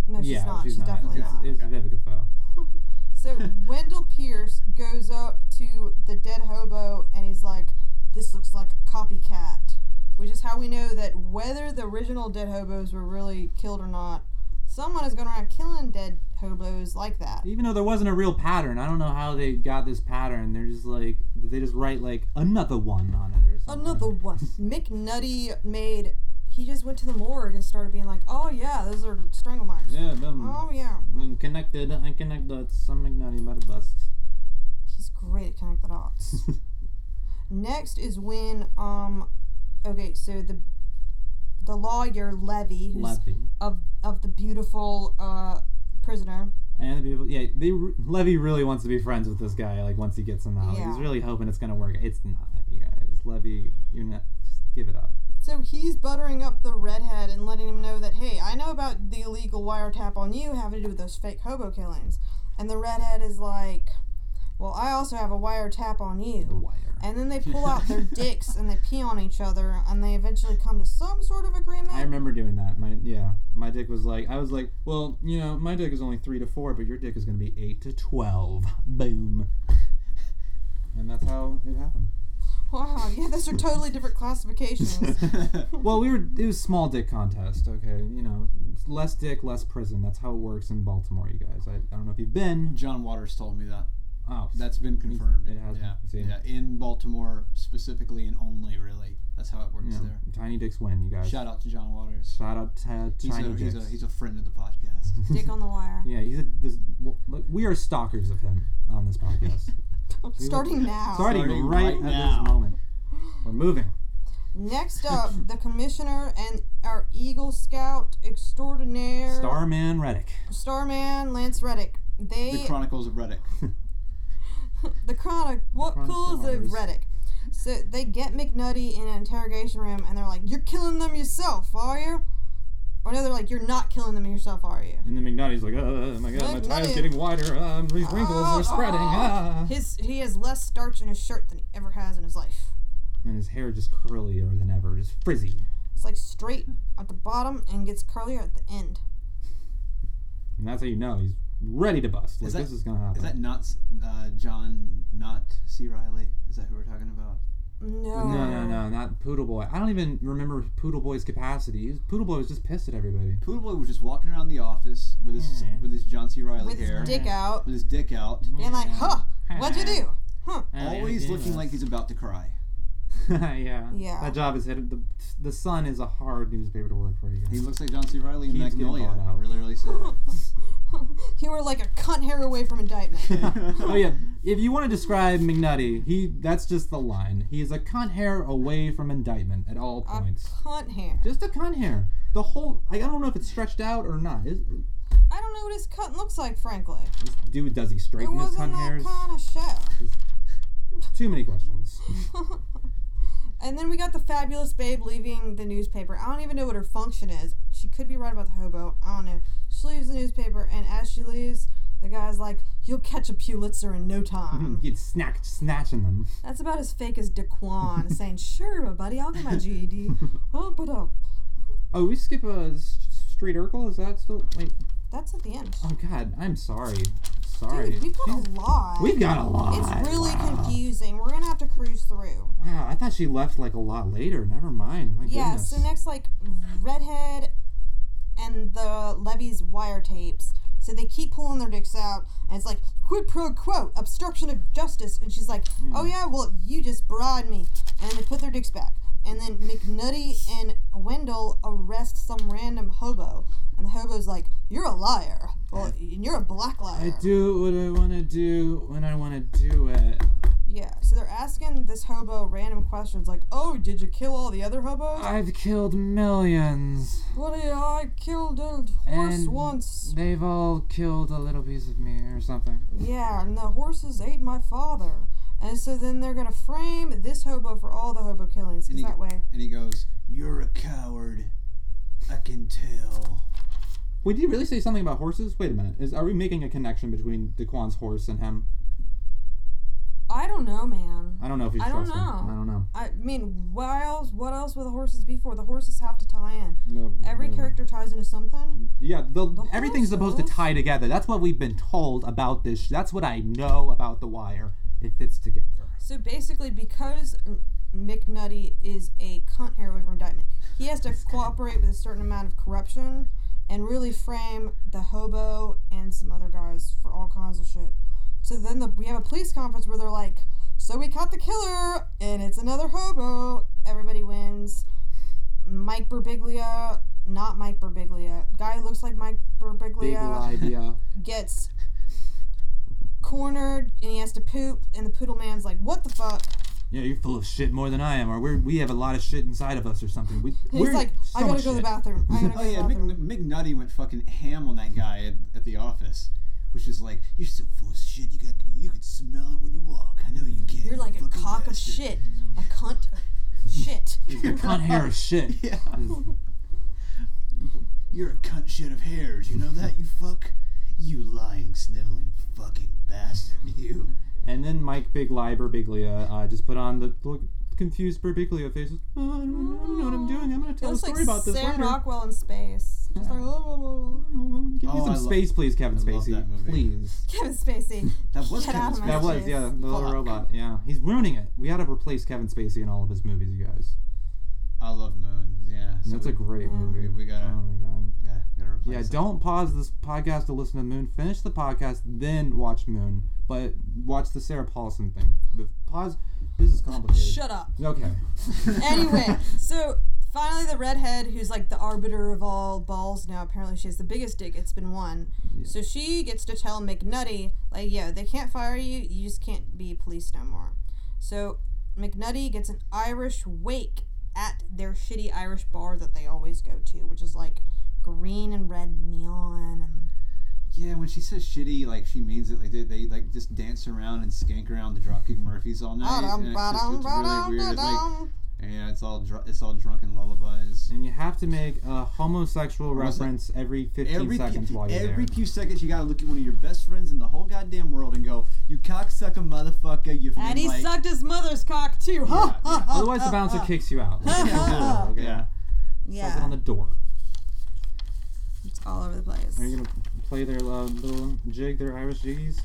No, she's yeah, not. she's She's, not. definitely it's, not. It's Vivica Foe. So Wendell Pierce goes up to the dead hobo and he's like, "This looks like a copycat," which is how we know that whether the original dead hobos were really killed or not, someone is going around killing dead hobos like that. Even though there wasn't a real pattern, I don't know how they got this pattern. They're just like they just write like another one on it or something. Another one. McNutty made. He just went to the morgue and started being like, "Oh yeah, those are strangle marks." Yeah, them. Oh yeah, And connected, I connect dots. Some McNutty about *laughs* a bust. he's great at connect the dots. *laughs* Next is when um, okay, so the the lawyer Levy, who's Levy of of the beautiful uh, prisoner. and the beautiful. Yeah, they re- Levy really wants to be friends with this guy. Like once he gets him out, he's Yeah. really hoping it's gonna work. It's not, you guys. Levy, you're not. Just give it up. So he's buttering up the redhead and letting him know that hey, I know about the illegal wiretap on you having to do with those fake hobo killings, and the redhead is like, well, I also have a wiretap on The you. wire. And then they pull out their dicks and they pee on each other, and they eventually come to some sort of agreement. I remember doing that. My yeah, my dick was like I was like, well, you know, my dick is only three to four, but your dick is gonna be eight to twelve. Boom. And that's how it happened. wow, yeah, those are totally different classifications. *laughs* Well, we were it was small dick contest. Okay, you know, less dick, less prison. That's how it works in Baltimore, you guys. I, I don't know if you've been. John Waters told me that. Oh, That's been confirmed. it has been. Yeah. See? yeah. In Baltimore specifically and only really. That's how it works you know, there. tiny dicks win, you guys. Shout out to John Waters. Shout out to He's tiny a, dicks. he's a he's a friend of the podcast. *laughs* Dick on the wire. yeah, he's a. This, look, we are stalkers of him on this *laughs* podcast. *laughs* Starting now. starting, Starting right, right at now. this moment. We're moving. Next up, the commissioner and our Eagle Scout extraordinaire, Starman Reddick. Starman Lance Reddick. They the Chronicles of Reddick. *laughs* the chronic what Chronicles calls of of Mars. Reddick. So they get McNutty in an interrogation room and they're like, "You're killing them yourself, are you?" Or no, they're like, "You're not killing them yourself, are you?" And then McNutty's like, oh my god, my McNutty. tie's getting wider. Um, these wrinkles Oh, are spreading. oh. Ah. His he has less starch in his shirt than he ever has in his life. And his hair just curlier than ever, just frizzy. It's like straight at the bottom and gets curlier at the end. And that's how you know he's ready to bust. Like Is that- this is gonna happen. Is that not s- uh, John not C. Riley? Is that who we're talking about? No. no, no, no, not Poodle Boy. I don't even remember Poodle Boy's capacity. He was- Poodle Boy was just pissed at everybody. Poodle Boy was just walking around the office with his Yeah. with his John C. Riley With his hair, dick out, with his dick out, being like, "Huh, what'd you do?" *laughs* always looking like he's about to cry. *laughs* yeah. Yeah. That job is hit. The, the Sun is a hard newspaper to work for. You *laughs* guys. He looks like John C. Riley in He's been Magnolia. bought out. Really, really sad. you were like a cunt hair away from *laughs* indictment. *laughs* oh yeah. If you want to describe McNutty, he that's just the line. He is a cunt hair away from indictment at all a points. cunt hair. Just a cunt hair. The whole like I don't know if it's stretched out or not. Is, I don't know what his cunt looks like, frankly. is- dude, does he It straighten his wasn't cunt that hairs? kind of show. Too many questions. *laughs* And then we got the fabulous babe leaving the newspaper. I don't even know what her function is. She could be right about the hobo. I don't know. She leaves the newspaper, and as she leaves, the guy's like, "You'll catch a Pulitzer in no *laughs* time." He'd snack snatching them. That's about as fake as DeQuan *laughs* saying, "Sure, buddy, I'll get my E GED." Hump it up. Oh, we skip a s- Street Urkel. Is that still? Wait. That's at the end. Oh God, I'm sorry. Sorry. Dude, we've got Jesus. a lot. We've got a lot. It's really wow. confusing. We're gonna have to cruise through. Wow, I thought she left like a lot later. Never mind. My Yeah. goodness. So next, like redhead and the Levy's wiretapes. So they keep pulling their dicks out, and it's like quid pro quo, obstruction of justice. And she's like, Hmm. "Oh yeah, well you just bribed me," and they put their dicks back. And then McNutty and Wendell arrest some random hobo, and the hobo's like, "You're a liar. Well, and you're a black liar." I do what I want to do when I want to do it. Yeah, so they're asking this hobo random questions like, "Oh, did you kill all the other hobos?" I've killed millions. What do you- I killed a horse And- once. They've all killed a little piece of me or something. Yeah, and the horses ate my father. And so then they're gonna frame this hobo for all the hobo killings, 'cause And he- that way. And he goes, You're a coward. I can tell. Would you really say something about horses? Wait a minute. Is are we making a connection between Daquan's horse and him? I don't know, man. I don't know if you I trust don't him. know. I don't know. I mean, why else? What else would the horses be for? The horses have to tie in. No, Every no. character ties into something. Yeah, the, everything's supposed to horses? tie together. That's what we've been told about this. sh- That's what I know about The Wire. It fits together. So basically, because M- McNutty is a cunt hair away from indictment, he has to cooperate with a certain amount of corruption and really frame the hobo and some other guys for all kinds of shit. So then the, we have a police conference where they're like, "So we caught the killer, and it's another hobo. Everybody wins." Mike Birbiglia, not Mike Birbiglia, guy who looks like Mike Big Birbiglia *laughs* idea. gets cornered and he has to poop and the poodle man's like what the fuck yeah, you're full of shit more than I am, or we're, we have a lot of shit inside of us or something. We, And we're he's like so i gotta go much to the shit. bathroom i gotta go Oh, to the yeah, Mc, bathroom McNutty went fucking ham on that guy at, at the office, which is like, You're so full of shit. You got you can smell it when you walk. I know you can. you're you like a fucking cock of bastard." shit a cunt of shit Your cunt *laughs* hair is shit. *laughs* Yeah. Is- *laughs* You're a cunt shit of hairs. You know that, you fuck? You lying, sniveling fucking bastard. *laughs* You. And then Mike Big Lie Berbiglia uh, just put on the look, confused Berbiglia faces. Oh, I, don't, I don't know what I'm doing. I'm gonna it tell a looks like story about this sam later. rockwell in space just like "Oh, oh, oh, oh." Oh, Give me Oh, some I lo- space, please, Kevin I love Spacey. that movie. Please. *laughs* kevin spacey That was Get Kevin out of my Spacey. That was Jeez. yeah, the little Fuck. robot. Yeah, he's ruining it. We gotta replace Kevin Spacey in all of his movies, you guys. I love Moon. Yeah. so That's a we- great movie. We, we Oh gotta, my god. gotta, gotta replace Yeah, that. don't pause this podcast to listen to Moon. Finish the podcast, then watch Moon. But watch the Sarah Paulson thing. But Pause. This is complicated. shut up *laughs* Okay. *laughs* anyway, so finally the redhead who's like the arbiter of all balls now, apparently she has the biggest dick, it's been won. So she gets to tell McNutty, like, yo, they can't fire you, you just can't be police no more. So McNutty gets an Irish wake at their shitty Irish bar that they always go to, which is like green and red neon and Yeah, when she says shitty, like she means it. Like they, they like just dance around and skank around the Dropkick Murphys all night, and it's just it's really weird. It's like, yeah, it's all dr- it's all drunken lullabies. And you have to make a homosexual Almost like- reference every 15 Every seconds few, while you're every there. few seconds, you gotta look at one of your best friends in the whole goddamn world and go, "You cocksucker, motherfucker!" You've been And he like, *laughs* sucked his mother's cock too. *laughs* Yeah, Oh. Ha ha yeah. ha. Otherwise, *laughs* the bouncer kicks you out. Like, it's brutal, okay? yeah. Slap it Yeah. on the door. It's all over the place. Are you gonna play their uh, little jig, their Irish jiggies?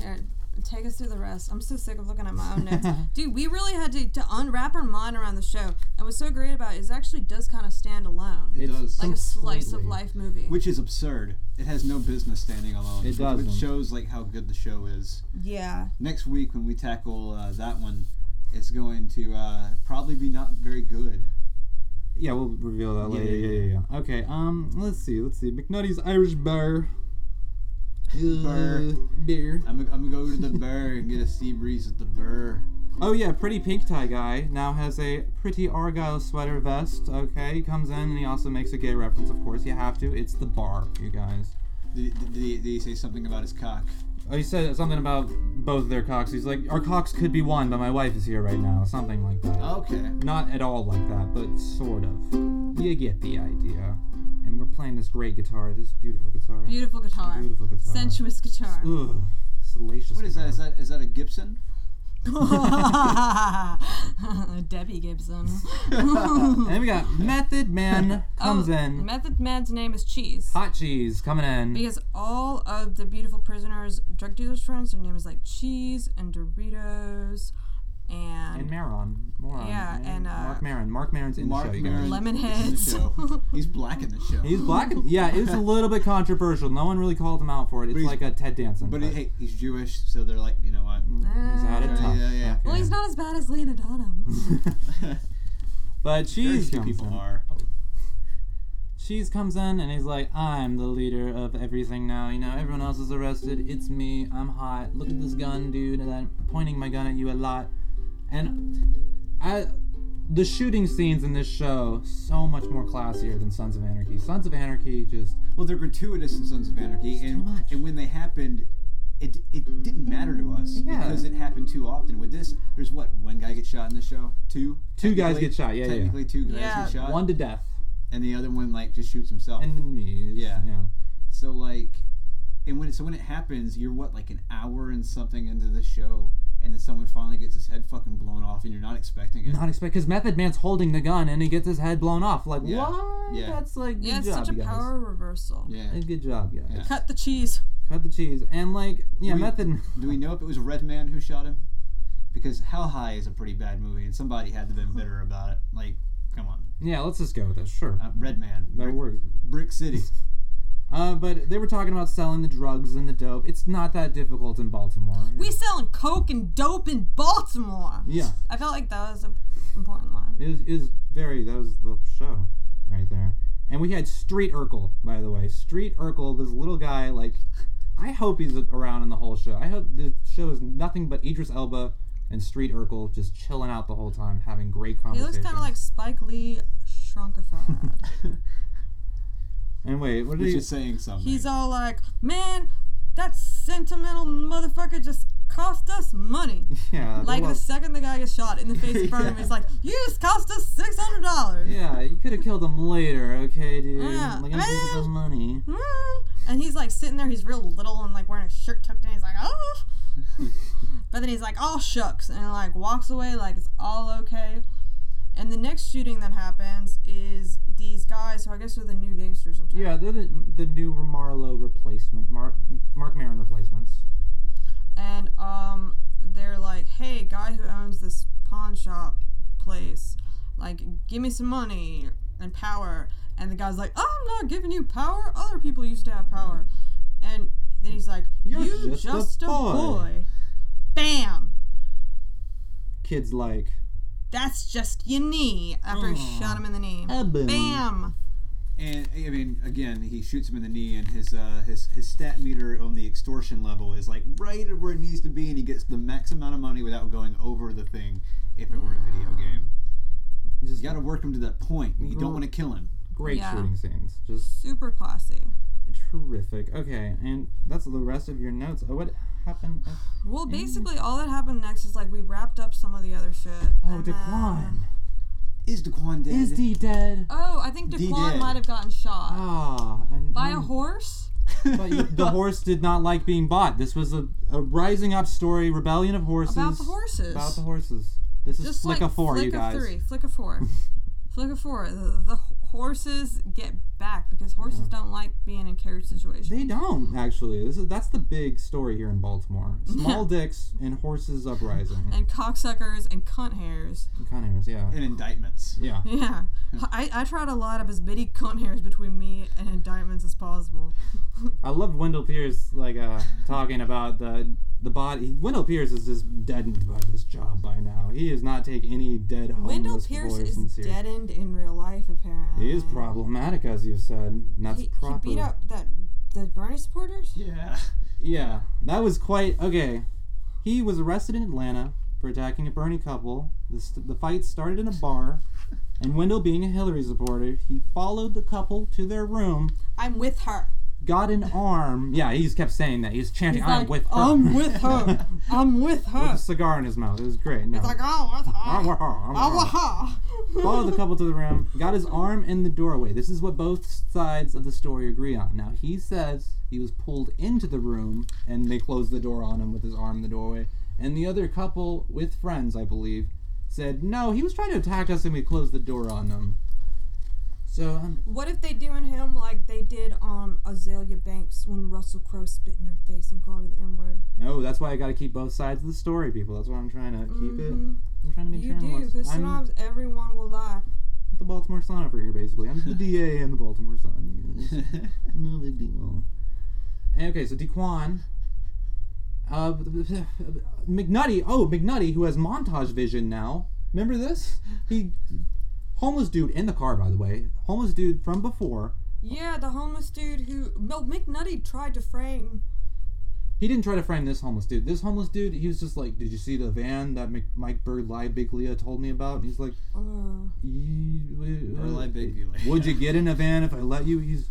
Here, take us through the rest. I'm so sick of looking at my own notes. *laughs* Dude, we really had to, to unwrap our mind around the show. And what's so great about it is it actually does kind of stand alone. It does. like a slice of completely- life movie. Which is absurd. It has no business standing alone. It which- doesn't. Which shows like how good the show is. Yeah. Next week when we tackle uh, that one, it's going to uh, probably be not very good. Yeah, we'll reveal that Yeah, later. yeah, Yeah, yeah, yeah. Okay. Um, let's see. Let's see. McNutty's Irish Bar. Uh, Burr. Beer. I'm, gonna- I'm gonna go to *laughs* the burr and get a sea breeze at the burr. Oh yeah, pretty pink tie guy now has a pretty argyle sweater vest. Okay, he comes in and he also makes a gay reference. Of course, you have to. It's the bar, you guys. Did, did, did, he, did he say something about his cock? Oh, he said something about both their cocks. He's like, our cocks could be one, but my wife is here right now. Something like that. Oh, Okay. Not at all like that, but sort of. You get the idea. And we're playing this great guitar, this beautiful guitar. Beautiful guitar. Beautiful guitar. Sensuous guitar. *laughs* *laughs* Ugh, salacious. What is that? guitar. Is that is that a Gibson? *laughs* Debbie *laughs* Gibson. Oh, And then we got Method Man comes *laughs* Oh, in. Method Man's name is Cheese. Hot cheese coming in. Because all of the beautiful prisoners, drug dealers' friends, their name is like Cheese and Doritos and and, Maron. Moron. Yeah, Man. and, uh, Mark Maron. Mark Maron's in the Mark show, you Maron guys. Lemon is in the heads. show. He's black in the show. He's black. and- yeah, it's a little bit controversial. No one really called him out for it. It's he's- like a Ted Danson. but he, hey, he's Jewish, so they're like, you know what? *laughs* he's had it Yeah, tough. yeah, yeah. Uh, Well, he's not as bad as Lena Dunham. *laughs* But Very cheese few comes people in. are. Cheese comes in and he's like, I'm the leader of everything now. You know, everyone else is arrested. It's me. I'm hot. Look at this gun, dude. And I'm pointing my gun at you a lot. And I, the shooting scenes in this show so much more classier than Sons of Anarchy. Sons of Anarchy just Well, they're gratuitous in Sons of Anarchy, and too much. and when they happened, it it didn't matter to us Yeah. because it happened too often. With this, there's what one guy gets shot in the show, two Two guys technically- get shot, yeah, yeah. technically two guys Yeah. get shot, one to death and the other one like just shoots himself. in the knees. Yeah. yeah. so like, and when it, so when it happens, you're what like an hour and something into the show, and then someone finally gets his head fucking blown off, and you're not expecting it. Not expect because Method Man's holding the gun and he gets his head blown off. Like Yeah. what? Yeah. That's like good yeah, it's job, such a you guys. power reversal. yeah. Good job, guys. Yeah. Cut the cheese. Cut the cheese and like yeah, we- Method. Do we know if it was a red man who shot him? Because Hell High is a pretty bad movie, and somebody had to *laughs* have been bitter about it. Like, come on, *laughs* Yeah, let's just go with this. Sure. uh, Red Man, That Brick, works. Brick City. Uh, but they were talking about selling the drugs and the dope. It's not that difficult in Baltimore. We selling coke and dope in Baltimore. yeah, I felt like that was an important line. it was, it was very. That was the show right there. And we had Street Urkel, by the way. Street Urkel, this little guy. Like, I hope he's around in the whole show. I hope the show is nothing but Idris Elba and Street Urkel just chilling out the whole time, having great He conversations. looks kind of like Spike Lee *laughs* shrunkified. And wait, what did Which he? is saying something. He's all like, man, that sentimental motherfucker just cost us money. yeah, Like well- the second the guy gets shot in the face *laughs* in front of him, he's like, you just cost us $600. Yeah, you could have killed him later, okay, dude? Yeah. Like, I'm looking for money. "Mm." And he's like sitting there, he's real little and like wearing a shirt tucked in. He's like, oh. but then he's like, oh, shucks. And like walks away like it's all okay. And the next shooting that happens is these guys who I guess are the new gangsters. I'm Yeah, they're the, the new Marlowe replacement, Mark, Mark Maron replacements. and um, they're like, "Hey, guy who owns this pawn shop place, like, give me some money and power." And the guy's like, "I'm not giving you power. Other people used to have power." And then he's like, You're "You just just, a a, boy." boy. Bam! Kids like, That's just your knee. After he shot him in the knee. a boom. Bam! and I mean, again, he shoots him in the knee, and his uh, his his stat meter on the extortion level is like right where it needs to be, and he gets the max amount of money without going over the thing. If it were a video game, Just you got to work him to that point. You don't want to kill him. great Yeah. shooting scenes. Just Super classy. terrific. Okay, and that's the rest of your notes. Oh, what happened? Oh, Well, basically, all that happened next is like we wrapped up some of the other shit. Oh, and then- Daquan. Is Daquan dead? *laughs* Is he dead? Oh, I think D Daquan did. might have gotten shot. Ah, and- By a horse? *laughs* But you- *laughs* the horse did not like being bought. This was a, a rising up story, rebellion of horses. About the horses. About the horses. This is Just Flick like of Four, flick you guys. of three, flick of *laughs* four, flick of four. The, the h- horses get back because horses don't like being in carriage situations. They don't actually. This is that's the big story here in Baltimore. *laughs* Small dicks and horses uprising. and cocksuckers and cunt hairs. *laughs* Con Airs, yeah. And indictments. Yeah. Yeah, I, I try to line up as many cunt hairs between me and indictments as possible. I loved Wendell Pierce like uh talking about the the body Wendell Pierce is just deadened by this job by now. He does not take any dead homeless Wendell Pierce voice is in serious- deadened in real life, apparently. He is problematic as you said. And that's He, he proper. beat up that the Bernie supporters. *laughs* Yeah. Yeah, *laughs* that was quite okay. He was arrested in Atlanta for attacking a Bernie couple. The, st- the fight started in a bar, and Wendell, being a Hillary supporter, he followed the couple to their room, I'm with her. got an arm. Yeah, he just kept saying that. He was chanting, "I'm like, with her." I'm with *laughs* her. I'm with with her. a cigar in his mouth. It was great. No. Like, oh, with *laughs* I'm her. with her, I'm with I'm her. with her. Followed the couple to the room, got his arm in the doorway. This is what both sides of the story agree on. Now, he says he was pulled into the room and they closed the door on him with his arm in the doorway. And the other couple, with friends, I believe, said, no, he was trying to attack us and we closed the door on him. So, um, What if they doing him like they did um Azalea Banks when Russell Crowe spit in her face and called her the N word? no, that's why I gotta keep both sides of the story, people. That's why I'm trying to keep it. Mhm. I'm trying to make You sure do, because I'm sometimes everyone will lie. the Baltimore Sun over here, basically. I'm the DA and the Baltimore Sun. you *laughs* guys. No big deal. And, okay, so Dequan. Uh, McNutty. Oh, McNutty, who has montage vision now. Remember this? He. Homeless dude in the car, by the way. Homeless dude from before. Yeah, the homeless dude who Mel McNutty tried to frame. He didn't try to frame this homeless dude. This homeless dude, he was just like, Did you see the van that Mc- Mike Bird Lie Biglia told me about? And he's like, Uh, Burlai Biglia. uh, *laughs* Would you get *laughs* in a van if I let you? He's,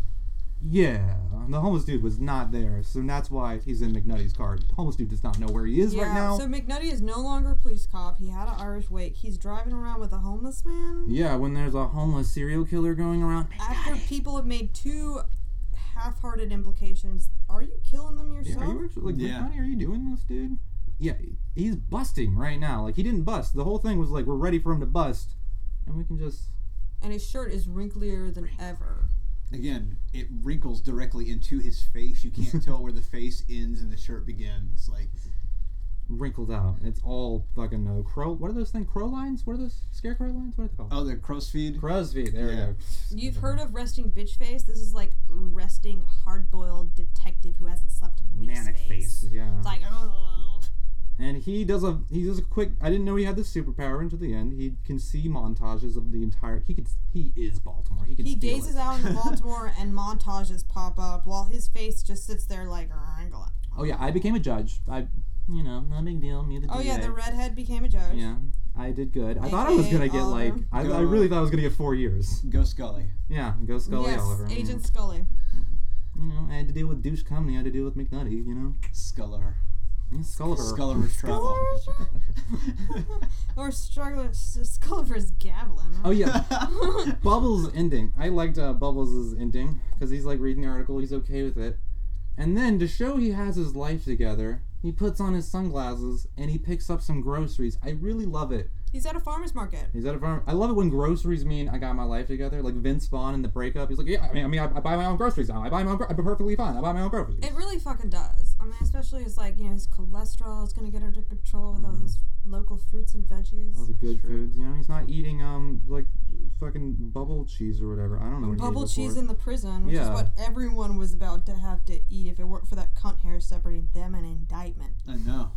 yeah. The homeless dude was not there, so that's why he's in McNutty's car. The homeless dude does not know where he is yeah. right now. So McNutty is no longer a police cop. He had an Irish wake. He's driving around with a homeless man yeah, when there's a homeless serial killer going around. after people have made two half-hearted implications. Are you killing them Yeah, yourself? are you actually like Yeah. McNutty? Are you doing this, dude? Yeah, he's busting right now. Like he didn't bust. The whole thing was like we're ready for him to bust, and we can just. and his shirt is wrinklier than ever. Again, it wrinkles directly into his face. You *laughs* can't tell where the face ends and the shirt begins. Like Wrinkled out. It's all fucking no crow. What are those things? Crow lines? What are those scarecrow lines? What are they called? oh, the crossfeed. Crosby. There Yeah. we go. You've heard of resting bitch face. This is like resting hard-boiled detective who hasn't slept in weeks. Manic face. Yeah. It's like, ugh. And he does a he does a quick. I didn't know he had this superpower until the end. He can see montages of the entire. He could. He is Baltimore. He can. He feel gazes it. out into Baltimore and montages pop up while his face just sits there like wrinkling. Oh yeah, I became a judge. I You know, not a big deal. Me the Oh yeah, DA. the redhead became a judge. yeah, I did good. I thought I was AKA gonna get like. Oliver. I, I Go. really thought I was gonna get four years. Go Scully. Yeah, go Scully yes, Oliver. yeah. Agent Scully. You know, I had to deal with douche company. I had to deal with McNutty. You know, Scullar. yeah, Sculliver. Scullar's travel. Or Struggler, Sculliver's Gavelin. *laughs* Oh yeah, *laughs* Bubbles' ending. I liked uh, Bubbles' ending because he's like reading the article. He's okay with it. And then to show he has his life together, he puts on his sunglasses and he picks up some groceries. I really love it. He's at a farmer's market. He's at a farm. I love it when groceries mean I got my life together. Like Vince Vaughn in the breakup. He's like, yeah, I mean, I mean, I, I buy my own groceries now. I buy my own. Gro- I'm perfectly fine. I buy my own groceries. It really fucking does. I mean, especially his like you know his cholesterol is gonna get under control with all Mm. those local fruits and Those veggies. are good foods. You know, he's not eating um like fucking bubble cheese or whatever. I don't know. What Bubble he ate cheese before. in the prison, which Yeah. is what everyone was about to have to eat if it weren't for that cunt hair separating them and indictment. I know.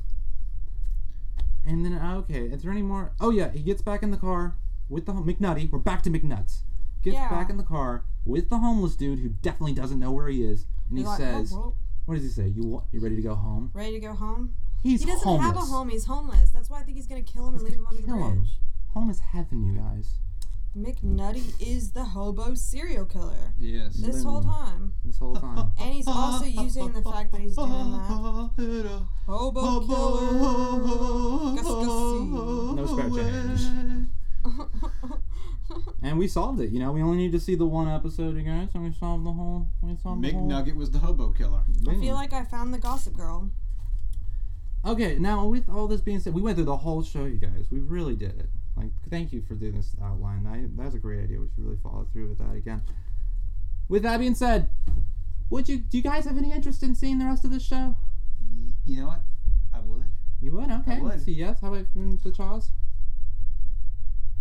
And then uh, okay, is there any more? Oh yeah, he gets back in the car with the hom- McNutty. We're back to McNuts. Gets Yeah. back in the car with the homeless dude who definitely doesn't know where he is, and he You're like, says, "Oh, well, "What does he say? You wa- you ready to go home?" ready to go home? He's He doesn't homeless. have a home. He's homeless. That's why I think he's gonna kill him and leave him under the kill him. bridge. Home is heaven, you guys. McNutty is the hobo serial killer Yes. this whole time, This whole *laughs* time. and he's *laughs* also using the fact that he's doing that hobo, killer. *laughs* Gus- No scratch change. and we solved it. You know, we only need to see the one episode, you guys, and we solved the whole. We solved the whole. McNugget was the hobo killer. I thing. feel like I found the Gossip Girl. Okay, now with all this being said, we went through the whole show, you guys. We really did it. Like, thank you for doing this outline. I, that's a great idea. We should really follow through with that again. With that being said, would you do you guys have any interest in seeing the rest of this show? You know what? I would. You would, okay. would. So yes, how about from the Chaws?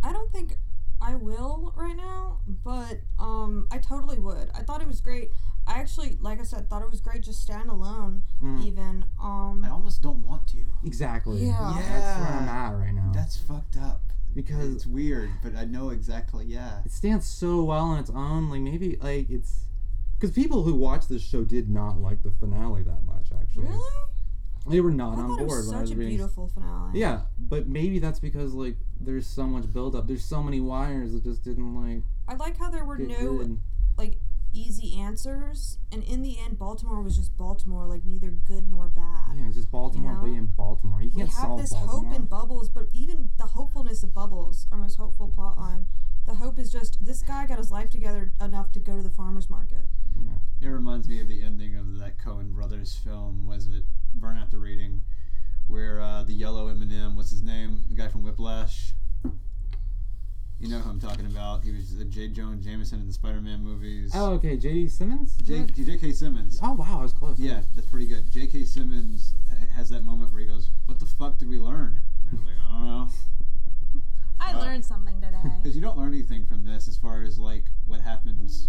I don't think I will right now, but um, I totally would. I thought it was great. I actually, like I said, thought it was great just standalone, Mm. even. Um, I almost don't want to. Exactly. Yeah. Oh, That's where I'm Yeah. at right now. That's fucked up. because It's weird, but I know exactly. Yeah. it stands so well on its own. Like maybe like it's because people who watched this show did not like the finale that much. much actually. Really? They were not I on thought board it was when I was such a reading. beautiful finale. Yeah, but maybe that's because like there's so much buildup. There's so many wires that just didn't like I like how there were get no good. like easy answers, and in the end, Baltimore was just Baltimore, like neither good nor bad. Yeah, it's just Baltimore know? being Baltimore. You we can't have solve this Baltimore. hope in bubbles, but even the hopefulness of bubbles, our most hopeful plot line, the hope is just this guy got his life together enough to go to the farmer's market. It yeah. reminds me of the ending of that Cohen Brothers film. Was it Burn After Reading, where uh, the yellow Eminem, what's his name, the guy from Whiplash? You know who I'm talking about. He was uh, J. Jones Jameson in the Spider-Man movies. Oh, okay. J.D. Simmons. J- J.K. Simmons. Oh wow, I was close. Yeah, that's pretty good. J.K. Simmons ha- has that moment where he goes, "What the fuck did we learn?" And I was like, "I don't know," *laughs* I Wow. learned something today. *laughs* because you don't learn anything from this as far as like what happens,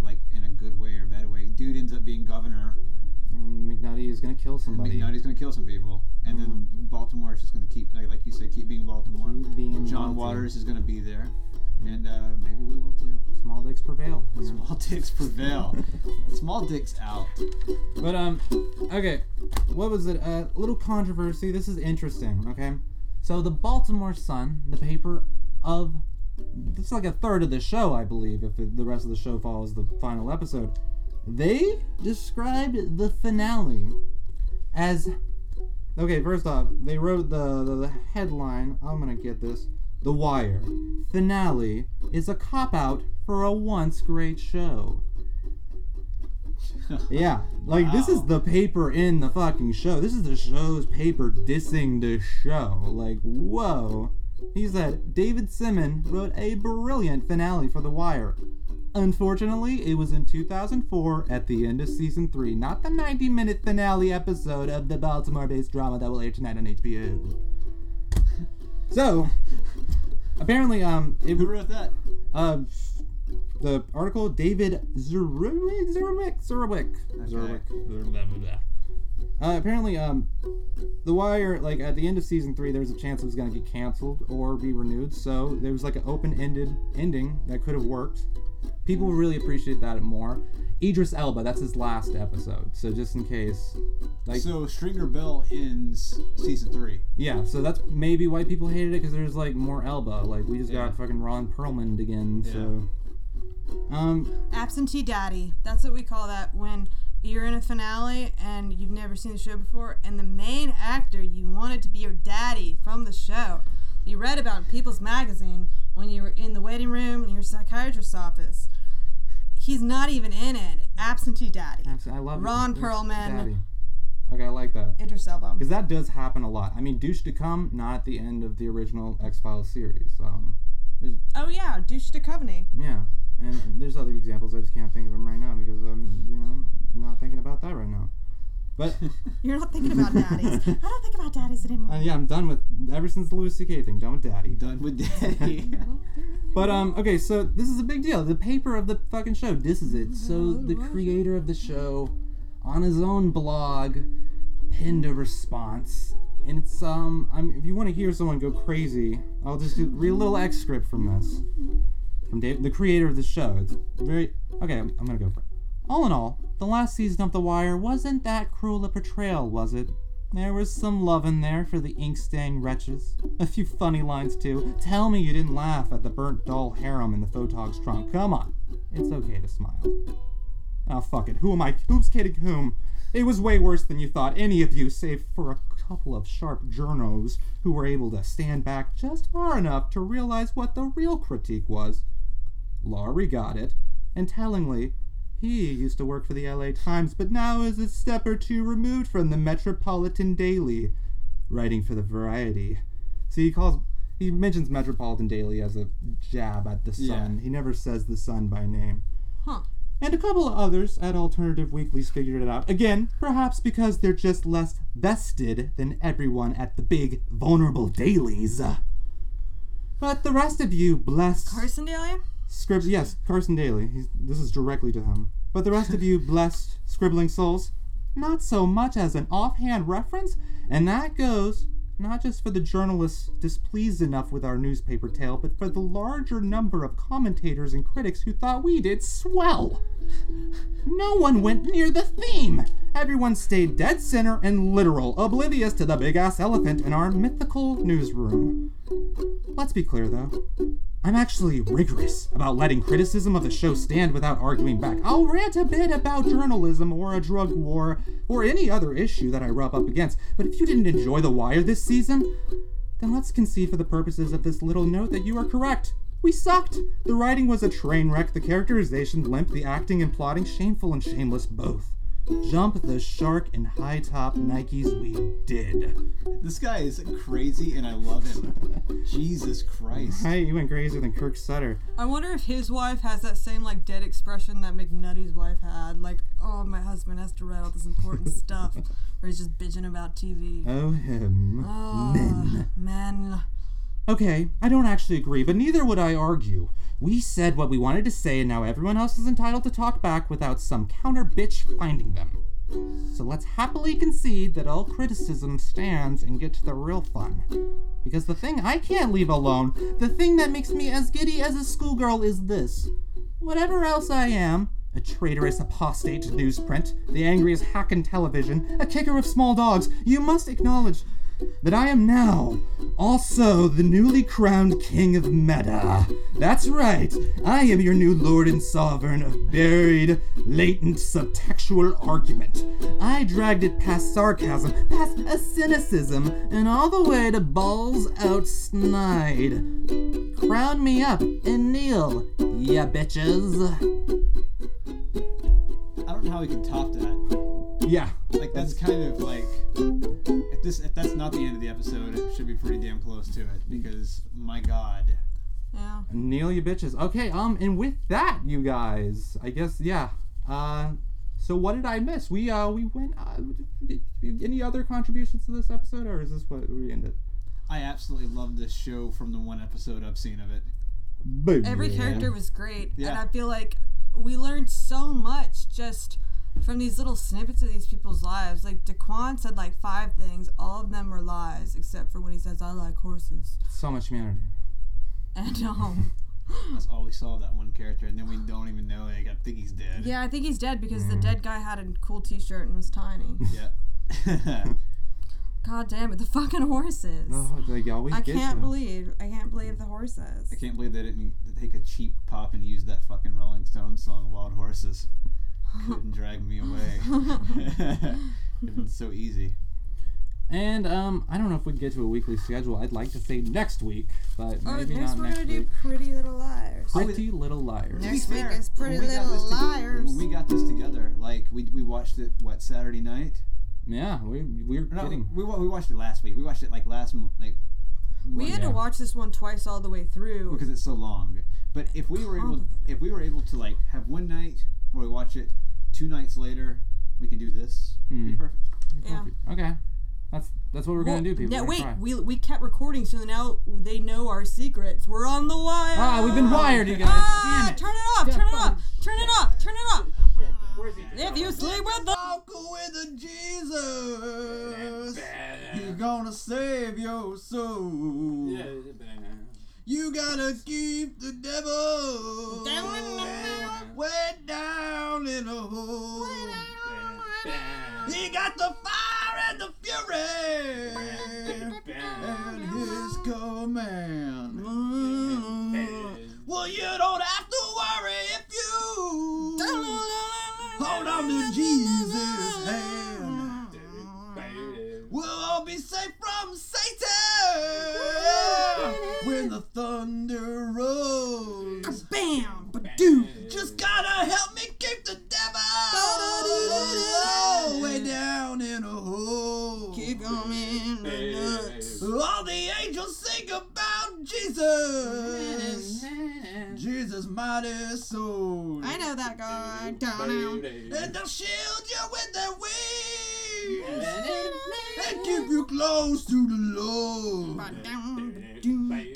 like in a good way or bad way. Dude ends up being governor. And McNutty is gonna kill somebody. McNutty's gonna kill some people, and then Baltimore is just gonna keep, like, like you said, keep being Baltimore. Mm-hmm. Keep being John Baltimore. Waters is gonna be there, and uh, maybe we will too. *laughs* Small dicks prevail. you know? Small dicks prevail. *laughs* Small dicks out. But um, okay, what was it? A little controversy. This is interesting. Okay, so the Baltimore Sun, the paper of, it's like a third of the show, I believe, if the rest of the show follows the final episode. They described the finale as, okay. First off, they wrote the the, the headline. I'm gonna get this. The Wire finale is a cop out for a once great show. Yeah, like this is Wow. the paper in the fucking show. This is the show's paper dissing the show. Like, whoa. He said David Simon wrote a brilliant finale for The Wire. Unfortunately, it was in 2004 at the end of season 3, not the 90 minute finale episode of the Baltimore based drama that will air tonight on HBO. So, apparently, um, it, Who wrote that? uh, the article David Zerwick Zerwick Zerwick Zerwick. Uh, apparently, um, The Wire, like at the end of season three, there was a chance it was going to get canceled or be renewed. So there was like an open-ended ending that could have worked. People really appreciate that more. Idris Elba, that's his last episode. So just in case, like, So Stringer Bell ends season three. yeah. So that's maybe why people hated it because there's like more Elba. Like we just Yeah. got fucking Ron Perlman again. Yeah. So, um, Absentee daddy. That's what we call that when you're in a finale and you've never seen the show before, and the main actor you wanted to be your daddy from the show. You read about in People's Magazine when you were in the waiting room in your psychiatrist's office. He's not even in it. Absentee daddy. Abs- I love it. Ron There's Perlman. Daddy. Okay, I like that Idris Elba. because that does happen a lot. I mean, douche to come, not at the end of the original X Files series. Um, Oh yeah, douche Duchovny. yeah, and there's other examples. I just can't think of them right now because I'm, you know, not thinking about that right now. But You're not thinking about daddies. I don't think about daddies anymore. uh, yeah, I'm done with ever since the Louis C.K. thing. Done with Daddy. Done with Daddy. But um, okay, so this is a big deal. The paper of the fucking show disses it. So the creator of the show, on his own blog, pinned a response, and it's um, I'm, if you want to hear someone go crazy, I'll just do, read a little excerpt from this, from Dave, the creator of the show. It's very okay. I'm, I'm gonna go for it. All in all, the last season of The Wire wasn't that cruel a portrayal, was it? There was some love in there for the ink stained wretches. A few funny lines, too. Tell me you didn't laugh at the burnt doll harem in the photog's trunk. Come on. It's okay to smile. Oh, fuck it. Who am I? Who's kidding whom? It was way worse than you thought, any of you, save for a couple of sharp journos who were able to stand back just far enough to realize what the real critique was. Laurie got it, and tellingly, he used to work for the LA Times, but now is a step or two removed from the Metropolitan Daily, writing for the Variety. See, he calls he mentions Metropolitan Daily as a jab at the Sun. He never says the Sun by name. Huh. And a couple of others at Alternative Weeklies figured it out. Again, perhaps because they're just less vested than everyone at the big vulnerable dailies. But the rest of you blessed Carson Daly? Scrib- yes, Carson Daly. He's, this is directly to him. But the rest of you blessed scribbling souls, not so much as an offhand reference, and that goes not just for the journalists displeased enough with our newspaper tale, but for the larger number of commentators and critics who thought we did swell. No one went near the theme. Everyone stayed dead center and literal, oblivious to the big ass elephant in our mythical newsroom. Let's be clear though. I'm actually rigorous about letting criticism of the show stand without arguing back. I'll rant a bit about journalism or a drug war or any other issue that I rub up against, but if you didn't enjoy The Wire this season, then let's concede for the purposes of this little note that you are correct. We sucked! The writing was a train wreck, the characterization limp, the acting and plotting shameful and shameless both. Jump the shark in high top Nikes, we did. This guy is crazy, and I love him. Jesus Christ. Hey, you went crazier than Kirk Sutter. I wonder if his wife has that same like dead expression that McNutty's wife had, like, "Oh, my husband has to write all this important stuff," or he's just bitching about TV. Oh, him. Oh, Men. men. Okay, I don't actually agree, but neither would I argue. We said what we wanted to say, and now everyone else is entitled to talk back without some counter bitch finding them. So let's happily concede that all criticism stands and get to the real fun. Because the thing I can't leave alone, the thing that makes me as giddy as a schoolgirl is this. Whatever else I am, a traitorous apostate to newsprint, the angriest hack in television, a kicker of small dogs, you must acknowledge that I am now also the newly crowned king of Meta. That's right, I am your new lord and sovereign of buried, latent subtextual argument. I dragged it past sarcasm, past a cynicism, and all the way to balls out snide. Crown me up and kneel, ya bitches. I don't know how he can top that. Yeah. Like that's kind of like if this if that's not the end of the episode, it should be pretty damn close to it because my god. Yeah. Kneel, you bitches. Okay, um, and with that, you guys, I guess, yeah. Uh, so what did I miss? We uh, we went. Uh, d- d- any other contributions to this episode, or is this what we ended? I absolutely love this show from the one episode I've seen of it. Boom. Every character was great, and Yeah. I feel like we learned so much just from these little snippets of these people's lives. Like Daquan said, like five things. All of them were lies, except for when he says, "I like horses." *laughs* So much humanity. And um, That's all we saw of that one character, and then we don't even know. Like I think he's dead. yeah, I think he's dead because the dead guy had a cool T-shirt and was tiny. *laughs* Yeah. God damn it, the fucking horses! Oh, they always I get can't you. believe, I can't believe the horses. I can't believe they didn't take a cheap pop and use that fucking Rolling Stones song "Wild Horses." Couldn't drag me away. *laughs* It'd been so easy. And um, I don't know if we can get to a weekly schedule. I'd like to say next week, but Oh, maybe next not we're next gonna do week. Pretty Little Liars. Pretty Little Liars. To be Next week fair, is Pretty when we got Little this to- Liars. When we got this together, like we, we watched it what Saturday night? Yeah, we we're Or not, we, getting. we wa- we watched it last week. We watched it like last m- like We had Yeah. to watch this one twice all the way through. because it's so long. But if we were able, Complicated. if we were able to like have one night where we watch it, two nights later we can do this. It'd Hmm. Be perfect. yeah. Okay, that's that's what we're gonna Well, do, people. Yeah, We're gonna wait. try. We, we kept recording, so now they know our secrets. We're on the wire. Ah, we've been wired, you guys. Ah, Damn it. turn it off. Turn it off. Turn it off. Turn it off. If you sleep with the Go with the Jesus. You're gonna save your soul. You gotta keep the devil Down in the way down in a hole. He got the fire and the fury and his command. Well, you don't have to worry if you hold on to Jesus' hand. We'll all be safe from Satan when the thunder rolls. bam, but Just gotta help me keep the devil way down in a hole. keep coming. All the angels sing about Jesus, Jesus' mighty soul. I know that guy. And they'll shield you with their wings and keep you close to the Lord. *laughs*